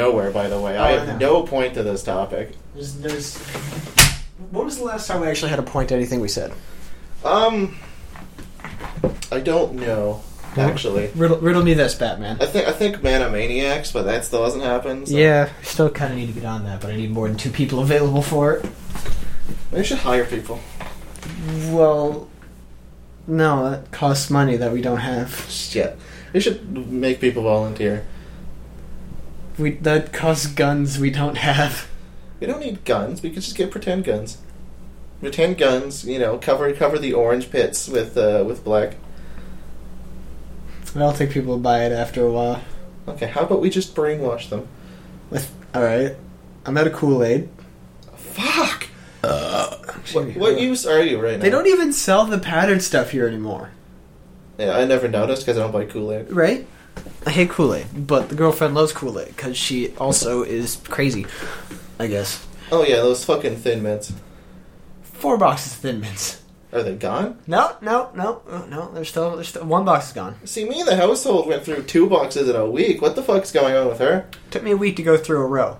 nowhere, by the way. I Oh, I have know. no point to this topic. There's, there's, what was the last time we actually had a point to anything we said? Um, I don't know, actually. Riddle, riddle me this, Batman. I think I think Manomaniacs, but that still hasn't happened. so- Yeah, I still kind of need to get on that, but I need more than two people available for it. Maybe we should hire people. Well, no, that costs money that we don't have. Shit. We should make people volunteer. We that costs guns we don't have. We don't need guns. We could just get pretend guns. Pretend guns, you know, cover cover the orange pits with uh, with black. I don't think people will buy it after a while. Okay, how about we just brainwash them? With all right, I'm out of Kool Aid. Fuck. Uh, What, what use are you right now? They don't even sell the patterned stuff here anymore, Yeah, I never noticed because I don't buy Kool Aid. right? I hate Kool Aid, but the girlfriend loves Kool Aid because she also is crazy. I guess Oh yeah, those fucking thin mints. four boxes of Thin Mints. Are they gone? No, no, no, no, no. There's still, there's still one box is gone. See, me and the household went through two boxes in a week. What the fuck's going on with her? Took me a week to go through a row.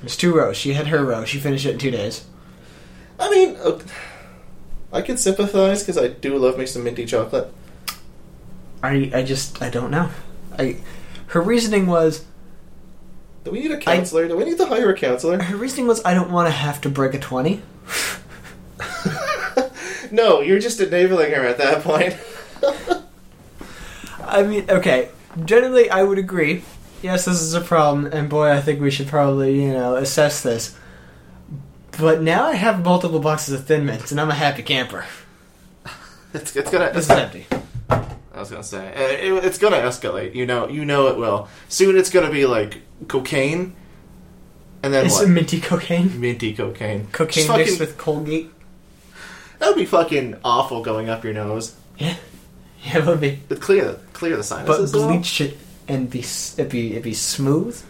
There's two rows. She had her row. She finished it in two days. I mean, uh, I can sympathize because I do love me some minty chocolate. I, I just, I don't know. I, her reasoning was, Do we need a counselor? Do we need to hire a counselor? her reasoning was, I don't want to have to break a twenty. No, you're just enabling her at that point. I mean, okay. Generally, I would agree. Yes, this is a problem, and boy, I think we should probably, you know, assess this. But now I have multiple boxes of Thin Mints, and I'm a happy camper. it's, it's gonna. This is empty. I was gonna say uh, it, it's gonna escalate. You know, you know it will. Soon it's gonna be like cocaine, and then It's what? a minty cocaine. minty cocaine. Cocaine Just fucking- mixed with Colgate. that would be fucking awful going up your nose. Yeah, yeah, it would be. But clear, clear the but sinuses. as well. bleach it and be s- it'd be it'd be smooth.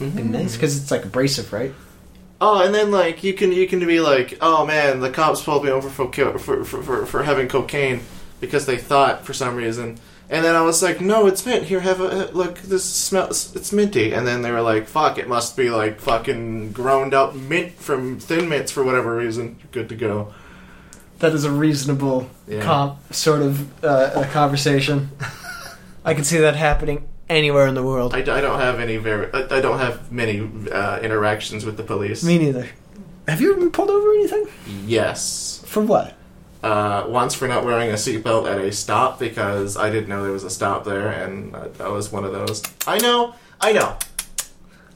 It'd be Mm-hmm. nice because it's like abrasive, right? Oh, and then like you can you can be like, oh man, the cops pulled me over for co- for, for, for, for having cocaine because they thought for some reason. And then I was like, no, it's mint. Here, have a uh, look. This smells. It's minty. And then they were like, fuck, it must be like fucking ground up mint from Thin Mints for whatever reason. Good to go. That is a reasonable Yeah. comp sort of uh, uh conversation. I can see that happening anywhere in the world. I, I don't have any very. I, I don't have many uh, interactions with the police. Me neither. Have you ever been pulled over or anything? yes. For what? uh, once for not wearing a seatbelt at a stop because I didn't know there was a stop there, and I, I was one of those. I know, I know.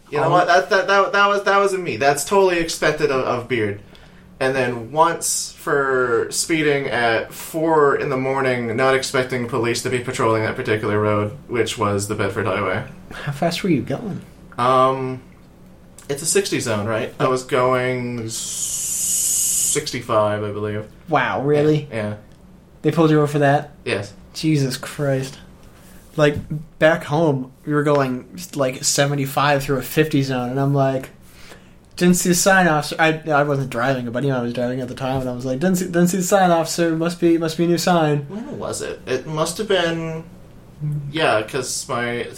You know Um, what? That, that that that was that was me. That's totally expected of, of Beard. And then once for speeding at four in the morning, not expecting police to be patrolling that particular road, which was the Bedford Highway. How fast were you going? Um, it's a sixty zone, right? I was going sixty-five, I believe. Wow, really? Yeah. They pulled you over for that? Yes. Jesus Christ. Like back home, we were going like 75 through a 50 zone, and I'm like, didn't see the sign officer. I, I wasn't driving, a buddy I was driving at the time, and I was like, didn't see, didn't see the sign officer. Must be must be a new sign. When was it? It must have been. Yeah, because my.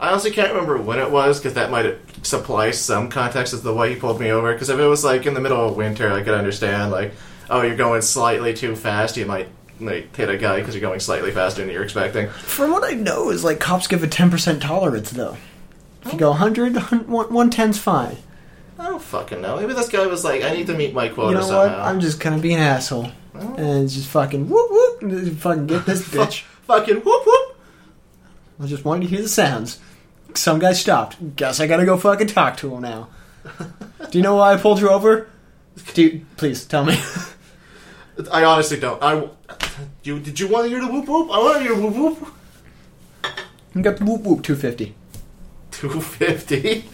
I honestly can't remember when it was because that might supply some context as to why he pulled me over. Because if it was like in the middle of winter, I could understand. Like, oh, you're going slightly too fast, you might like hit a guy because you're going slightly faster than you're expecting. From what I know, is like cops give a 10% tolerance though. If you go 100, 110's fine. I don't fucking know. Maybe this guy was like, I need to meet my quota you know what? somehow. I'm just gonna be an asshole and just fucking whoop whoop, and just fucking get this Fuck- bitch. fucking whoop whoop. I just wanted to hear the sounds. Some guy stopped. Guess I gotta go fucking talk to him now. Do you know why I pulled you over? Dude, please tell me. I honestly don't. I. You did you want to hear the whoop whoop? I want to hear whoop whoop. You got the whoop whoop 250. Two fifty.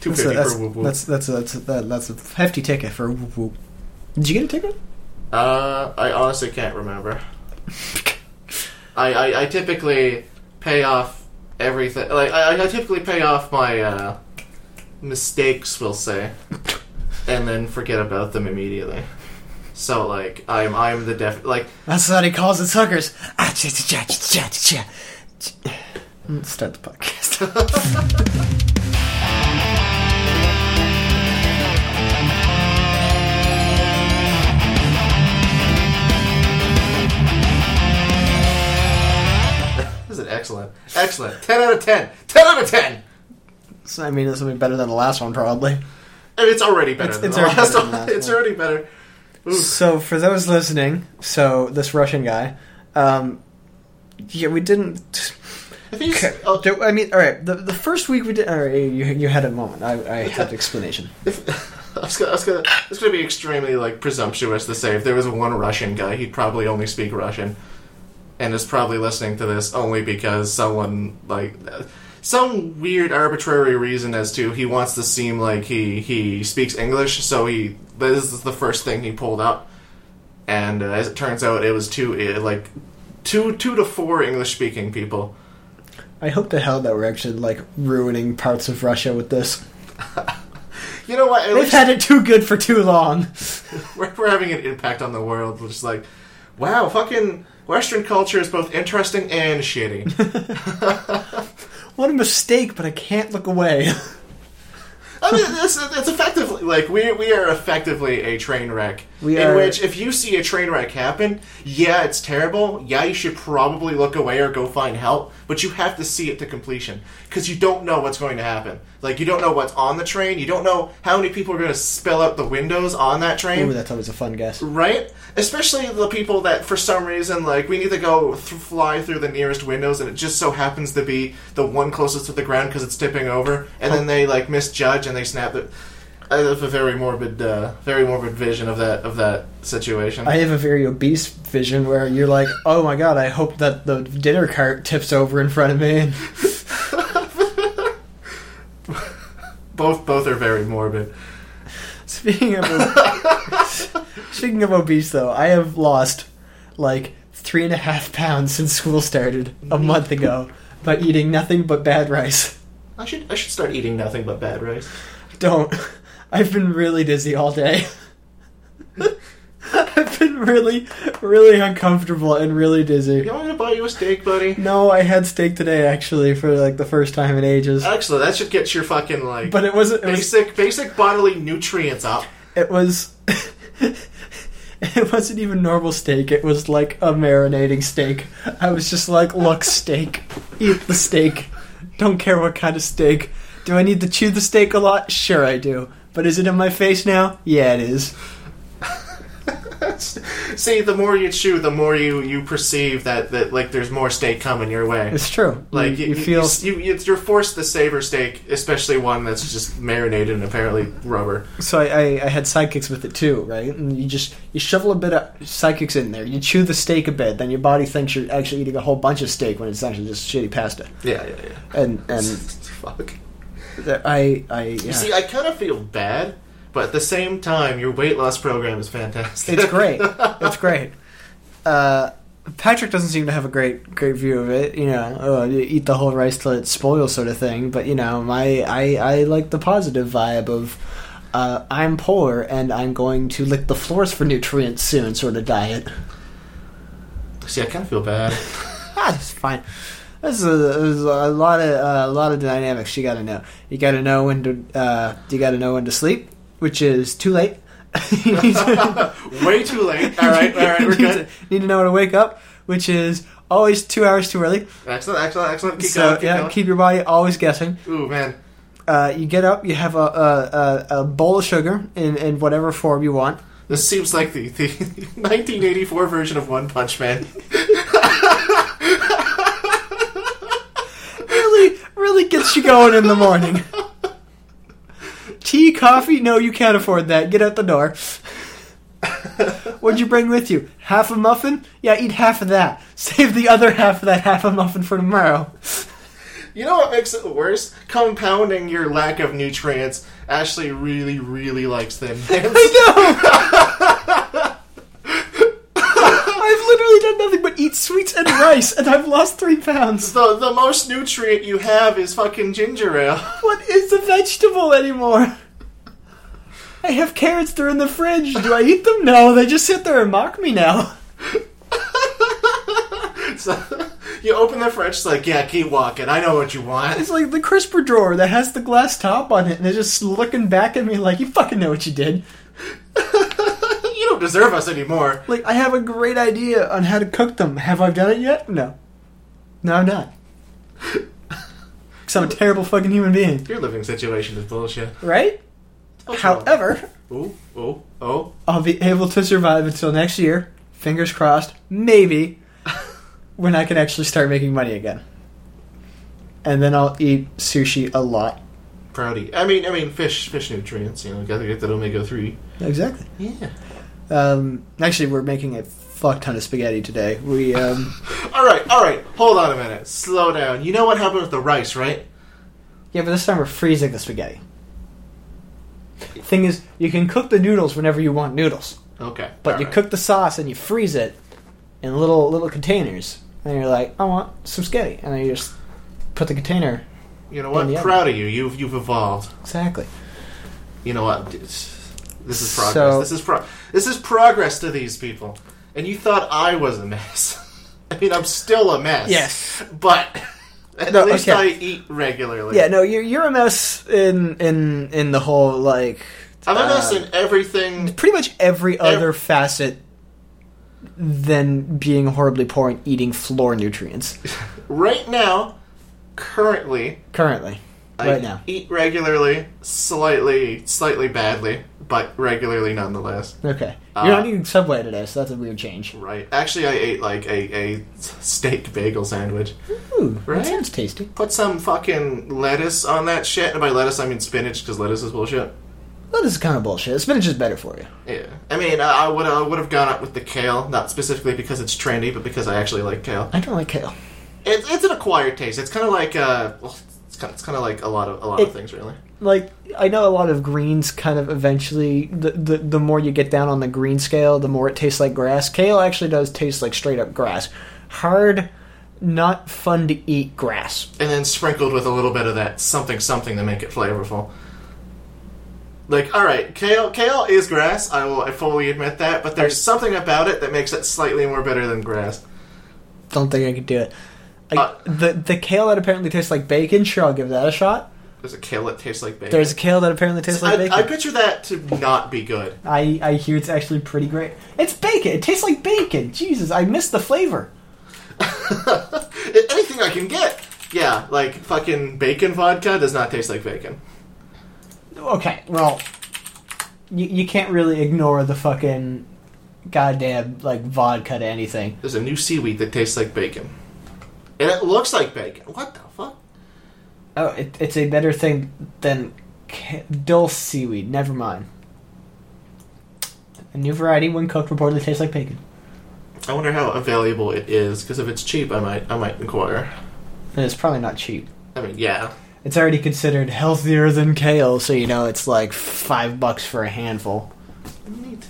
Two That's a, fifty that's, for whoop whoop. that's, that's, a, that's, a, that, that's a hefty ticket for whoop whoop. Did you get a ticket? Uh, I honestly can't remember. I, I, I typically pay off everything. Like I, I typically pay off my uh, mistakes, we'll say, and then forget about them immediately. So like I'm I'm the def like That's what he calls it, suckers. Ah, cha cha cha cha cha cha. Let's start the podcast. This is excellent. Excellent. 10 out of 10. 10 out of 10. So, I mean, this will be better than the last one, probably. And it's already better It's- than it's the already last better one. than last it's one. already better. Oof. So, for those listening, so this Russian guy, um, yeah, we didn't. I think it's, Okay. oh, Do- I mean, all right. The, the first week we did. All right, you, you had a moment. I, I had an explanation. if, I was gonna, I was gonna, it's gonna be extremely like presumptuous to say if there was one Russian guy, he'd probably only speak Russian, and is probably listening to this only because someone like uh, some weird arbitrary reason as to he wants to seem like he he speaks English, so he this is the first thing he pulled up, and uh, as it turns out, it was two uh, like two two to four English speaking people. I hope to hell that we're actually like ruining parts of Russia with this. You know what? At They've least- had it too good for too long. we're, we're having an impact on the world. Which is like, wow, fucking Western culture is both interesting and shitty. What a mistake! But I can't look away. I mean, it's, it's effectively like we we are effectively a train wreck. We in are- which, if you see a train wreck happen, yeah, it's terrible. Yeah, you should probably look away or go find help. But you have to see it to completion because you don't know what's going to happen. Like you don't know what's on the train. You don't know how many people are going to spill out the windows on that train. Ooh, that's always a fun guess. Right? Especially the people that, for some reason, like, we need to go th- fly through the nearest windows, and it just so happens to be the one closest to the ground because it's tipping over, and then they, like, misjudge and they snap it. I have a very morbid, uh, very morbid vision of that of that situation. I have a very obese vision where you're like, "Oh my god, I hope that the dinner cart tips over in front of me." both both are very morbid. Speaking of ob- speaking of obese, though, I have lost like three and a half pounds since school started a month ago by eating nothing but bad rice. I should I should start eating nothing but bad rice. Don't. I've been really dizzy all day. I've been really, really uncomfortable and really You dizzy. want me to buy you a steak, buddy? No, I had steak today actually for like the first time in ages, Actually, that should get your fucking like but it wasn't. It was basic basic bodily nutrients up. it was it wasn't even normal steak it was like a marinating steak i was just like look steak eat the steak don't care what kind of steak do i need to chew the steak a lot sure i do but is it in my face now yeah it is See, the more you chew, the more you, you perceive that, that like there's more steak coming your way. it's true Like you, you feel you, you you're forced to savor steak, especially one that's just marinated and apparently rubber. so I, I, I had sidekicks with it too right and you just you shovel a bit of sidekicks in there you chew the steak a bit then your body thinks you're actually eating a whole bunch of steak when it's actually just shitty pasta Yeah, yeah, yeah. and and Fuck. that i i yeah. You see, I kind of feel bad, but at the same time, your weight loss program is fantastic. It's great. It's great. Uh, Patrick doesn't seem to have a great great view of it. You know, oh, you eat the whole rice till it spoils, sort of thing. But you know, my I I like the positive vibe of. Uh, I'm poor and I'm going to lick the floors for nutrients soon, sort of diet. see, I kind of feel bad. Ah, that's fine. This is a, this is a lot of uh, a lot of dynamics you got to know. You got to know when to uh, you got to know when to sleep, which is too late. Way too late. All right, all right, we're need, good. To, need to know when to wake up, which is always two hours too early. Excellent, excellent, excellent. Keep so going. Keep yeah, going. keep your body always guessing. Ooh man, Uh, you get up, you have a, a, a, a bowl of sugar in, in whatever form you want. this seems like the, the 1984 version of One Punch Man. Really, really gets you going in the morning. Tea, coffee? No, you can't afford that. Get out the door. What'd you bring with you? Half a muffin? Yeah, eat half of that. Save the other half of that half a muffin for tomorrow. You know what makes it worse? Compounding your lack of nutrients. Ashley really, really likes thin I mints. know. I've literally done nothing but eat sweets and rice, and I've lost three pounds. the the most nutrient you have is fucking ginger ale. What is a vegetable anymore? I have carrots. They're in the fridge. Do I eat them? No, they just sit there and mock me now. So, You open the fridge, it's like, yeah, keep walking. I know what you want. It's like the crisper drawer that has the glass top on it, and they're just looking back at me like, you fucking know what you did. you don't deserve us anymore. Like, I have a great idea on how to cook them. Have I done it yet? No. No, I'm not. Because I'm a terrible fucking human being. Your living situation is bullshit. Right? What's wrong? However, oh, oh, oh. I'll be able to survive until next year. Fingers crossed. Maybe. when I can actually start making money again. And then I'll eat sushi a lot. Proudy. I mean, I mean, fish, fish nutrients. You know, gotta get that omega three. Exactly. Yeah. Um, actually, we're making a fuck ton of spaghetti today. We, um, All right, all right. Hold on a minute. Slow down. You know what happened with the rice, right? yeah, but this time we're freezing the spaghetti. Thing is, you can cook the noodles whenever you want noodles, Okay. but all you right. cook the sauce and you freeze it in little little containers. And you're like, I want some spaghetti, and then you just put the container You know what? in the oven. Proud of you. You've you've evolved. exactly. You know what? It's- This is So- progress. this is pro. This is progress to these people. And you thought I was a mess. I mean, I'm still a mess. Yes. But at No, least okay. I eat regularly. Yeah, no, you're you're a mess in in in the whole like I'm a mess uh, in everything. pretty much every other facet than being horribly poor and eating floor nutrients Right now, currently, currently right I now. eat regularly, slightly, slightly badly, but regularly nonetheless. Okay, Uh, you're not eating Subway today, so that's a weird change. Right. Actually, I ate like a, a steak bagel sandwich. Ooh, Right? that sounds tasty. Put some fucking lettuce on that shit, and by lettuce I mean spinach because lettuce is bullshit. Well, this is kind of bullshit. Spinach is better for you. Yeah. I mean, I would I would have gone up with the kale, not specifically because it's trendy, but because I actually like kale. I don't like kale. It's it's an acquired taste. It's kind of like uh, well, it's kind of, it's kind of like a lot of a lot of things really. Like I know a lot of greens kind of eventually the, the the more you get down on the green scale, the more it tastes like grass. Kale actually does taste like straight up grass. Hard, not fun to eat grass. and then sprinkled with a little bit of that something something to make it flavorful. Like, all right, kale kale is grass. I will I fully admit that, but there's something about it that makes it slightly more better than grass. Don't think I could do it. I, Uh, the the kale that apparently tastes like bacon. Sure, I'll give that a shot. There's a kale that tastes like bacon. There's a kale that apparently tastes like I, bacon. I picture that to not be good. I, I hear it's actually pretty great. It's bacon. It tastes like bacon. Jesus, I miss the flavor. Anything I can get. Yeah, like fucking bacon vodka does not taste like bacon. Okay, well, you, you can't really ignore the fucking goddamn like vodka to anything. There's a new seaweed that tastes like bacon. And it looks like bacon. What the fuck? Oh, it, it's a better thing than ca- dull seaweed. Never mind. A new variety, when cooked, reportedly tastes like bacon. I wonder how available it is because if it's cheap, I might I might inquire. And it's probably not cheap. I mean, yeah, It's already considered healthier than kale, so you know it's like five bucks for a handful. Neat.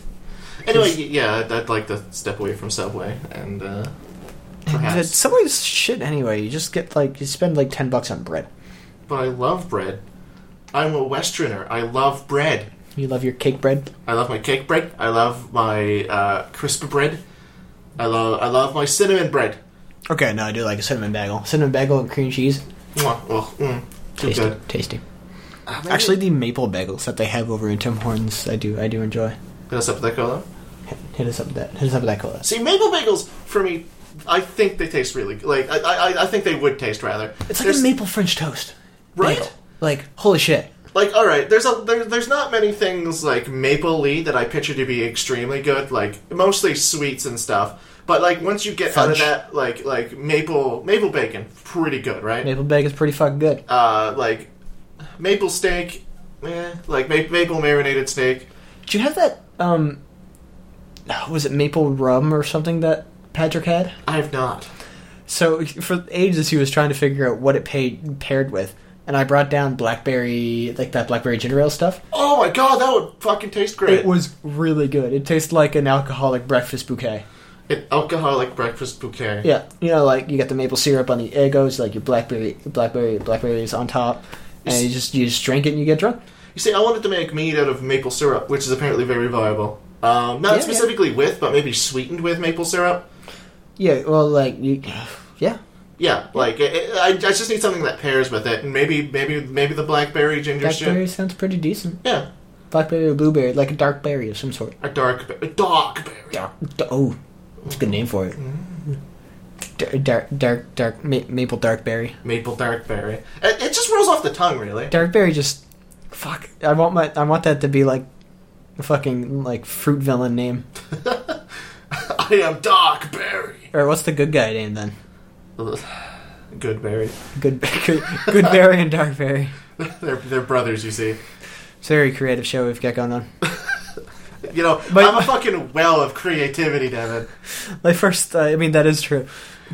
Anyway, y- yeah, I'd, I'd like to step away from Subway and uh, But perhaps. Subway's shit anyway. You just get like you spend like ten bucks on bread. But I love bread. I'm a Westerner. I love bread. You love your cake bread. I love my cake bread. I love my uh, crisp bread. I love I love my cinnamon bread. Okay, no, I do like a cinnamon bagel. Cinnamon bagel and cream cheese. Mwah. Oh, mm, too Tasty, good. tasty. Ah, maybe- Actually, the maple bagels that they have over in Tim Hortons, I do, I do enjoy. Hit us up with that cola. Hit, hit us up with that. Hit us up with that cola. See, maple bagels for me. I think they taste really good. Like I, I, I think they would taste rather. It's like There's- a maple French toast. Right? Bagel. Like holy shit. Like, all right, there's a there, there's not many things like maple lee that I picture to be extremely good. Like mostly sweets and stuff. But like once you get out of Fudge. that, like like maple maple bacon, pretty good, right? Maple bagel's pretty fucking good. Uh, like maple steak, eh, like ma- maple marinated steak. Do you have that? Um, oh, was it maple rum or something that Patrick had? I have not. So for ages, he was trying to figure out what it paid, paired with, and I brought down blackberry, like that blackberry ginger ale stuff. Oh my god, that would fucking taste great. It was really good. It tastes like an alcoholic breakfast bouquet. An alcoholic breakfast bouquet. Yeah, you know, like you got the maple syrup on the egos, like your blackberry, blackberry, blackberries on top, and you just you just drink it and you get drunk. You see, I wanted to make mead out of maple syrup, which is apparently very viable. Um, not Yeah, yeah. specifically with, but maybe sweetened with maple syrup. Yeah, well, like you, yeah, Yeah, like it, it- I, I just need something that pairs with it, and maybe maybe maybe the blackberry ginger shit. Blackberry sounds pretty decent. Yeah, Blackberry or blueberry, like a dark berry of some sort. a dark be- a dark berry. Dark. d- Oh, that's a good name for it. Dar- Dark, dark, dark, ma- maple dark berry. maple dark berry. It, it just rolls off the tongue, really. Dark berry just, fuck. I want my, I want that to be like, a fucking like fruit villain name. I am dark berry. Or what's the good guy name then? Ugh. Good berry. Good, good, good berry and dark berry. They're they're brothers, you see. It's a very creative show we've got going on. You know, But- I'm a fucking well of creativity, Devin. My first, uh, I mean, that is true,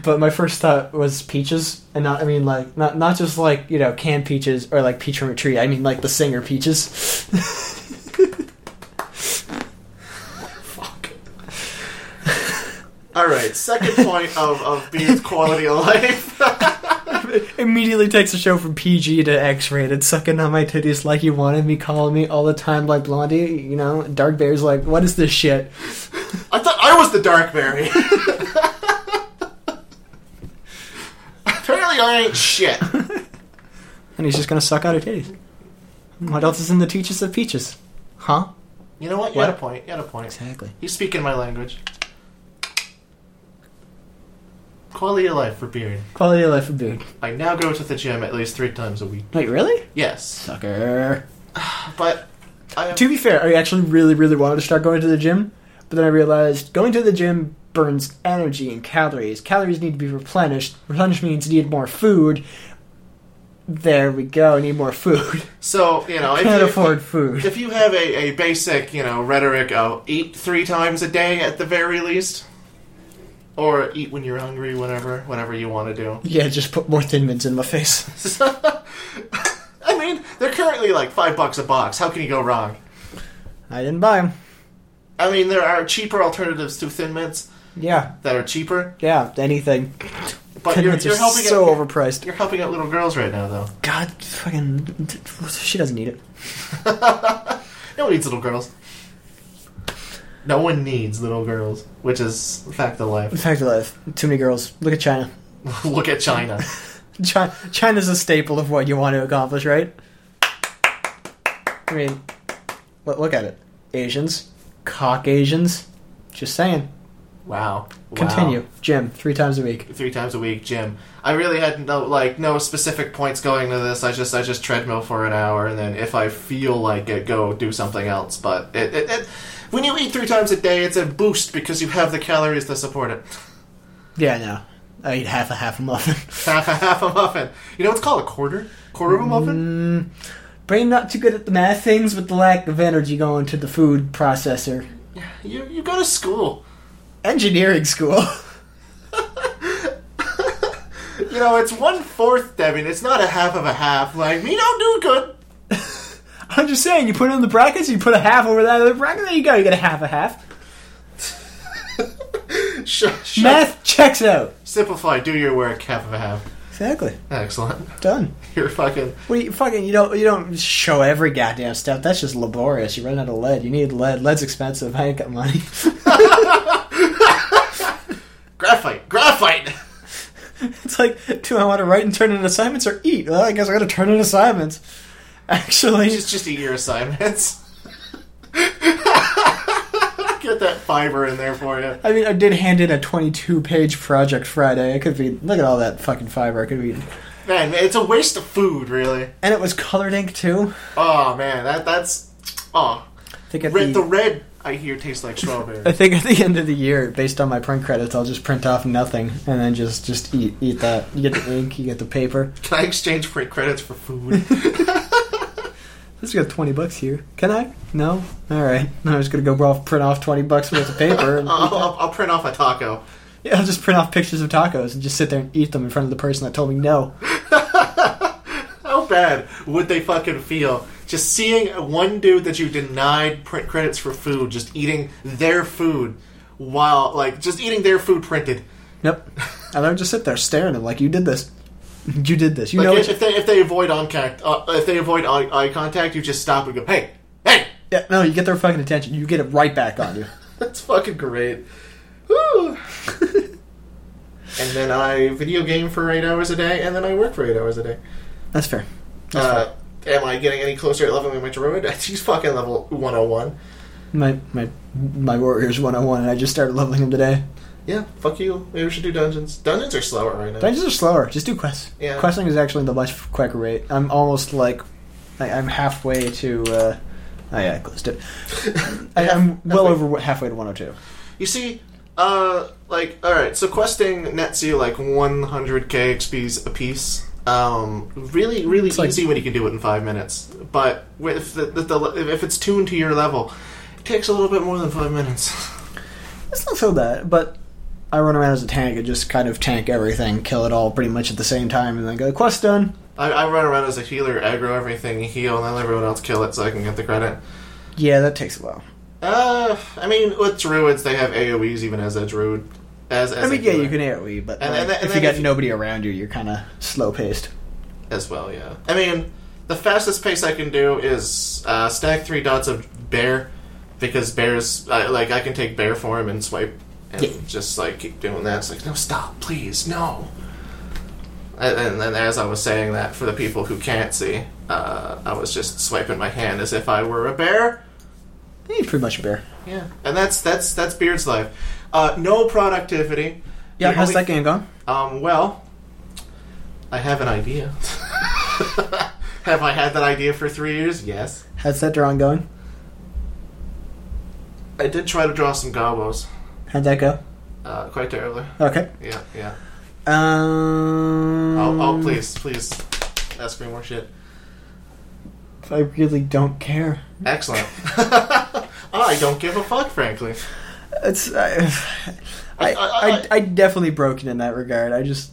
but my first thought was peaches, and not, I mean, like not not just like you know canned peaches or like peach from a tree. I mean, like the singer peaches. Fuck. All right, second point of of being quality of life. Immediately takes the show from PG to X-rated, sucking on my titties like you wanted me, calling me all the time like Blondie. You know, Dark Bear's like, what is this shit? I thought I was the dark berry. Apparently, I ain't shit. And he's just gonna suck out her titties. What else is in the teaches of peaches? Huh? You know what? You had a point. You had a point. Exactly. You speak in my language. Quality of life for Beard. Quality of life of dude. I now go to the gym at least three times a week. Wait, really? Yes, Sucker. but I am To be fair, I actually really, really wanted to start going to the gym, but then I realized going to the gym burns energy and calories. Calories need to be replenished. Replenish means you need more food. There we go. Need more food. so you know. If Can't you, afford food. If you have a, a basic, you know, rhetoric of eat three times a day at the very least, or eat when you're hungry, whenever, whenever you want to do. Yeah, just put more Thin Mints in my face. I mean, they're currently like five bucks a box. How can you go wrong? I didn't buy them. I mean, there are cheaper alternatives to Thin Mints Yeah, that are cheaper, yeah, anything. but Thin you're, Mints you're are helping so out, overpriced. you're helping out little girls right now, though. God, fucking, she doesn't need it. No one needs little girls. No one needs little girls, which is a fact of In life. fact, of life. Too many girls. Look at China. Look at China. China, China's a staple of what you want to accomplish, right? I mean, look, look at it. Asians, Caucasians. Just saying. Wow. Wow. Continue. Gym three times a week. three times a week gym. I really had no like no specific points going to this. I just I just treadmill for an hour, and then if I feel like it, go do something else. But it, it, it when you eat three times a day, it's a boost because you have the calories to support it. Yeah, no. I eat half a half a muffin. half a half a muffin. You know what's called a quarter quarter of a muffin. mm, brain not too good at the math things with the lack of energy going to the food processor. You you go to school. Engineering school. You know it's one fourth, Devin. It's not a half of a half. Like me, don't do good. I'm just saying, you put it in the brackets, you put a half over that other bracket, there you go, you get a half a half. Sh- sh- Math checks out. Simplify. Do your work. Half of a half. Exactly. Excellent. Done. You're fucking. What do you fucking you don't you don't show every goddamn step. That's just laborious. You run out of lead. You need lead. Lead's expensive. I ain't got money. Graphite. Graphite. it's like, do I want to write and turn in assignments or eat? Well, I guess I got to turn in assignments. Actually, It's just eat your assignments. Get that fiber in there for you. I mean, I did hand in a 22-page project Friday. It could be look at all that fucking fiber. I could be, Man, it's a waste of food, really. and it was colored ink too. Oh man, that that's oh. I think at Red, the, the red I hear tastes like I strawberry. think at the end of the year, based on my print credits, I'll just print off nothing and then just just eat eat that. You get the ink, you get the paper. Can I exchange free credits for food? This got twenty bucks here. Can I? No. All right. No, I was gonna go off, print off twenty bucks worth of paper. And I'll, I'll, I'll print off a taco. yeah, I'll just print off pictures of tacos and just sit there and eat them in front of the person that told me no. How bad would they fucking feel? Just seeing one dude that you denied print credits for food, just eating their food while like just eating their food printed. Yep. And I would just sit there staring at them like, "You did this. You did this. You Like know." if, What you- if they if they avoid on contact, uh, if they avoid eye, eye contact, you just stop and go, "Hey, hey!" yeah, no, you get their fucking attention. You get it right back on you. That's fucking great. Woo. and then I video game for eight hours a day, and then I work for eight hours a day. That's fair. That's Uh, am I getting any closer at leveling my druid? She's fucking level 101. My my my warriors 101 and I just started leveling them today. Yeah, fuck you. Maybe we should do dungeons. Dungeons are slower right now. Dungeons are slower. Just do quests. Yeah. Questing is actually the much quicker rate. I'm almost like I, I'm halfway to uh oh yeah, I closed it. I, I'm well Halfway. over halfway to 102. You see, uh, like, alright, so questing nets you like 100k XPs a piece. Um, really, really It's like- easy when you can do it in five minutes. But if, the, the, the, if it's tuned to your level, it takes a little bit more than five minutes. It's not so bad, but I run around as a tank and just kind of tank everything, kill it all pretty much at the same time, and then go quest done. I, I run around as a healer, aggro everything, heal, and let everyone else kill it so I can get the credit. Yeah, that takes a while. Uh, I mean, with druids, they have AoEs even as a druid. As, as I a mean, yeah, healer you can AOE, but And- like, and- and if you then got if you- nobody around you, you're kind of slow paced. as well. Yeah, I mean, the fastest pace I can do is uh, stack three dots of bear because bears I, like I can take bear form and swipe and Yeah. just like keep doing that. It's like no, stop, please, no. And and then, as I was saying that, for the people who can't see, uh, I was just swiping my hand as if I were a bear. He's pretty much a bear. Yeah, and that's that's that's Beard's life. Uh, no productivity. Yeah, The how's only- that game gone? Um, well, I have an idea. have I had that idea for three years? Yes. How's that drawing going? I did try to draw some gobos. How'd that go? Uh, quite terribly. Okay. Yeah, yeah. Um, Oh, oh, please, please. Ask me more shit. I really don't care. Excellent. I don't give a fuck, frankly. It's I, I, I- I- I, I definitely broken in that regard. I just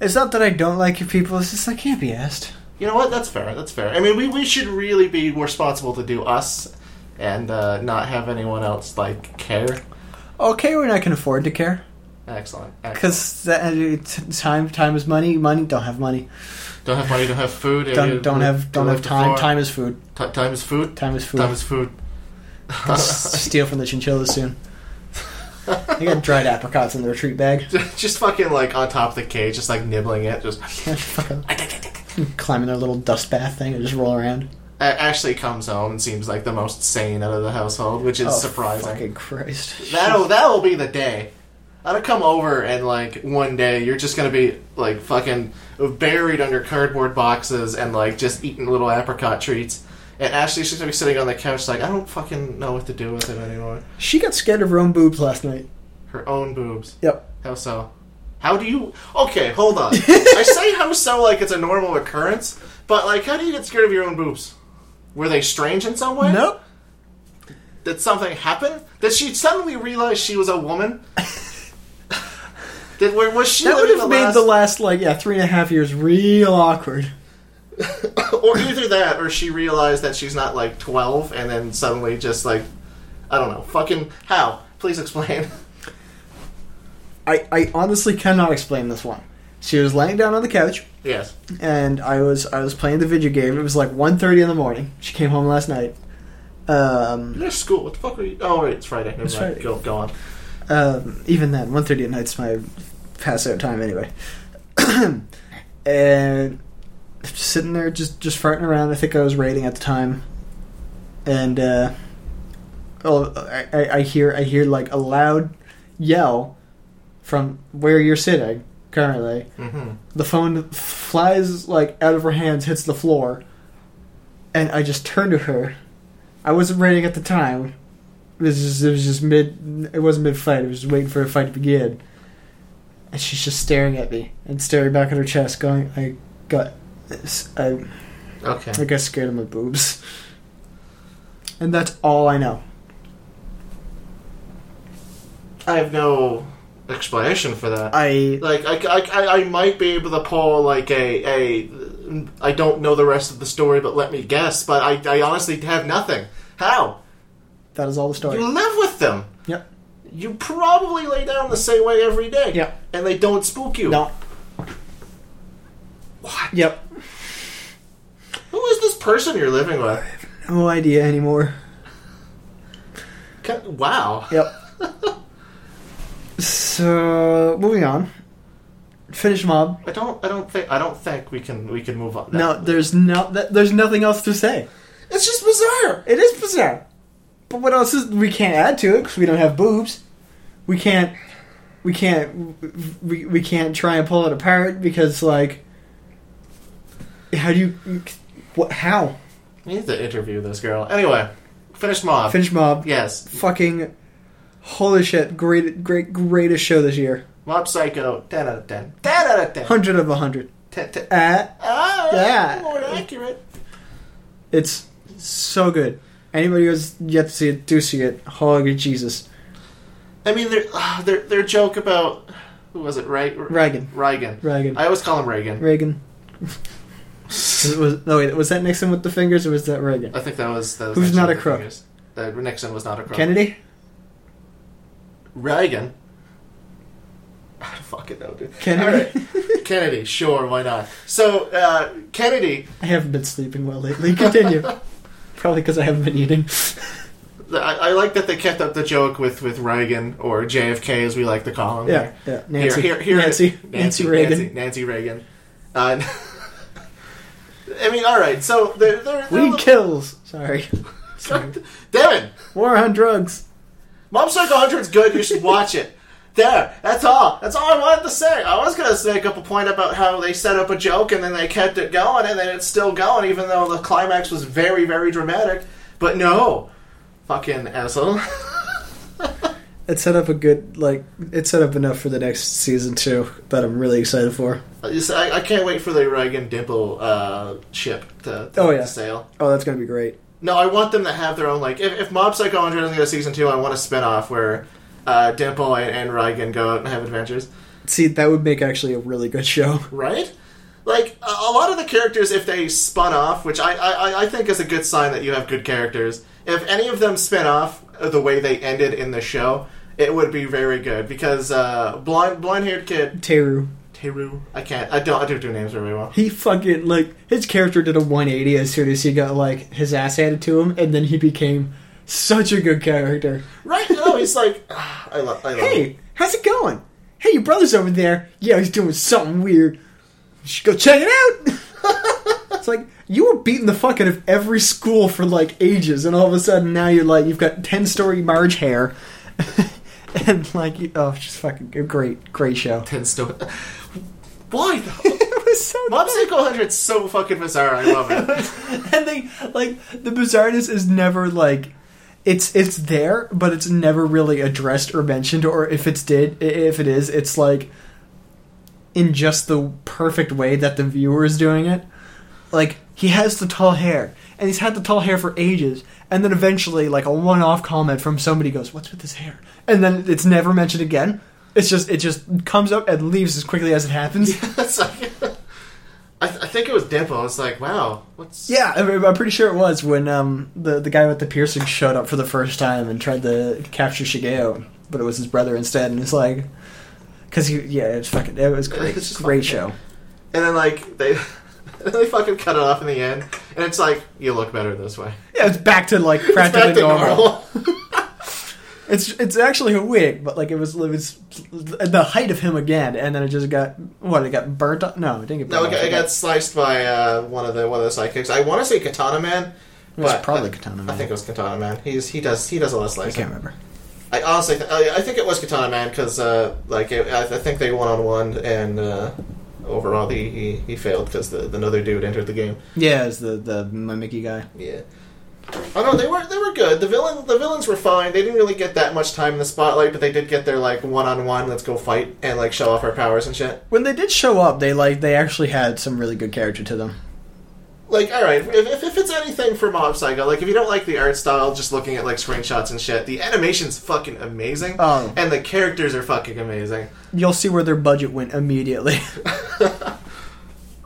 it's not that I don't like your people. It's just I can't be asked. You know what? That's fair. That's fair. I mean, we, we should really be responsible to do us and uh, not have anyone else, like, care. Okay, when I can afford to care, Excellent. Excellent. because time time is money. Money don't have money. Don't have money, don't have food. Don't don't have don't have time. Time is food. Time, time is food. Time is food. That was food. S- steal from the chinchillas soon. They got dried apricots in their treat bag. just fucking like on top of the cage, just like nibbling it. Just Fucking climbing their little dust bath thing and just roll around. A- Ashley comes home and seems like the most sane out of the household, which is Oh, surprising. Fucking Christ. That'll that'll be the day. I'll come over and like one day you're just gonna be like fucking buried under cardboard boxes and like just eating little apricot treats. And Ashley's just gonna be sitting on the couch like I don't fucking know what to do with it anymore. She got scared of her own boobs last night. Her own boobs. Yep. How so? How do you? Okay, hold on. I say how so like it's a normal occurrence, but like, how do you get scared of your own boobs? Were they strange in some way? Nope. Did something happen? Did she suddenly realize she was a woman? Did were, was she That would living have made the last like yeah three and a half years real awkward. last- or either that, or she realized that she's not like twelve, and then suddenly just like, I don't know, fucking how? Please explain. I, I honestly cannot explain this one. She was laying down on the couch, yes. and I was I was playing the video game. It was like 1.30 in the morning. She came home last night. Um, There's school. What the fuck are you? Oh wait, it's Friday. Never It's mind. Friday. Go go on. um, even then, 1.30 at night's my pass out time anyway. and sitting there just just farting around. I think I was raiding at the time, and uh, oh, I, I, I hear I hear like a loud yell from where you're sitting currently. Mm-hmm. The phone flies like out of her hands, hits the floor, and I just turn to her. I wasn't raiding at the time. It was just, it was just mid. It wasn't mid fight. It was just waiting for a fight to begin. And she's just staring at me and staring back at her chest, going, "I got, this- I, Okay. I got scared of my boobs." And that's all I know. I have no explanation for that. I like, I, I, I- I might be able to pull, like, a, a. I don't know the rest of the story, but let me guess. But I, I honestly have nothing. How? that is all the story. You live with them. Yep. You probably lay down the same way every day. Yep. And they don't spook you. No. What? Yep. Who is this person you're living with? No idea anymore. Ca- Wow. Yep. so moving on. finish mob. I don't. I don't think. I don't think we can. We can move on. that. No, there's no, th- there's nothing else to say. it's just bizarre. It is bizarre, but what else is we can't add to it because we don't have boobs. We can't, we can't, we we can't try and pull it apart because like, how do you, what how We need to interview this girl. Anyway, finish mob. finish mob? yes, Fucking, holy shit! Great, great, greatest show this year. Mob Psycho. Ten out of ten. Ten out of ten. Hundred of a hundred. ten, ten. Uh, Ah, Yeah. More accurate. It's so good. Anybody who's yet to see it, do see it. Holy Jesus. I mean, their uh, their their joke about who was it? Right, Reagan. Reagan. Reagan. I always call him Reagan. Reagan. was, was, no, wait, was that Nixon with the fingers or was that Reagan? I think that was. That was Who's Nixon not a with the crook? fingers. That Nixon was not a crook. Kennedy? Reagan. Ah, I don't fucking know, dude. Kennedy? All right. Kennedy, sure, why not? So, uh, Kennedy, I haven't been sleeping well lately. Continue. Probably because I haven't been eating. I, I like that they kept up the joke with, with Reagan, or JFK as we like to call him. yeah, yeah. Nancy. Here, here, here, Nancy. Nancy. Reagan. Nancy, Nancy Reagan. Uh, I mean, all right. So they're, they're, Weed they're kills. Sorry. Sorry. Devin, War on drugs. Mob Psycho 100 is good. You should watch it. There, that's all. That's all I wanted to say. I was gonna make up a point about how they set up a joke and then they kept it going and then it's still going, even though the climax was very, very dramatic. But no, fucking asshole. It set up a good, like, it set up enough for the next season, too, that I'm really excited for. I, just- I- I can't wait for the Reagan Dimple uh, ship to, to Oh, yeah. sail. Oh, that's going to be great. No, I want them to have their own like. If, if Mob Psycho 100 doesn't get a season two, I want a spinoff where uh, Dimple and, and Reagan go out and have adventures. See, that would make actually a really good show. right? Like a, a lot of the characters, if they spun off, which I, I I think is a good sign that you have good characters. If any of them spin off the way they ended in the show, it would be very good because uh, blonde blonde haired kid Teru. Teru, I can't I don't I don't do names very well. He fucking like his character did a 180 as soon as he got like his ass handed to him, and then he became such a good character. Right? No, he's like ah, I love I love. Hey, how's it going? Hey, your brother's over there. Yeah, he's doing something weird. You should go check it out. it's like you were beating the fuck out of every school for like ages, and all of a sudden now you're like you've got 10 story Marge hair, and like you, oh, it's just fucking a great, great show. ten story. Why though? it was so Mob Psycho 100's so fucking bizarre. I love it. and they like the bizarreness is never like it's it's there, but it's never really addressed or mentioned. Or if it's did, i- if it is, it's like in just the perfect way that the viewer is doing it. Like he has the tall hair, and he's had the tall hair for ages. And then eventually, like a one-off comment from somebody goes, "What's with his hair?" And then it's never mentioned again. It's just it just comes up and leaves as quickly as it happens. It's like, I, th- I think it was Dimple. I was like, wow, what's Yeah, I mean, I'm pretty sure it was when um, the the guy with the piercing showed up for the first time and tried to capture Shigeo, but it was his brother instead, and it's like, because he yeah, it was fucking it was great, It's just great fucking- show. And then like they they fucking cut it off in the end, and it's like you look better this way. Yeah, it's back to like It's practically back to normal. normal. It's it's actually a wig, but like it was it was at the height of him again, and then it just got what it got burnt. up? No, it didn't get no, burnt. it got, off. it got sliced by uh, one of the one of the sidekicks. I want to say Katana Man. It was but probably Katana Man. I think it was Katana Man. He's he does he does all the I slicing. can't remember. I honestly th- I, I think it was Katana Man because uh, like it, I, I think they one on one and uh, overall he he, he failed because the, the other dude entered the game. Yeah, it's the the my Mickey guy. Yeah. Oh no, they were they were good. The villain the villains were fine. They didn't really get that much time in the spotlight, but they did get their like one on one. Let's go fight and like show off our powers and shit. When they did show up, they like they actually had some really good character to them. Like, all right, if, if, if it's anything for Mob Psycho, like if you don't like the art style, just looking at like screenshots and shit, the animation's fucking amazing, Oh. and the characters are fucking amazing. You'll see where their budget went immediately.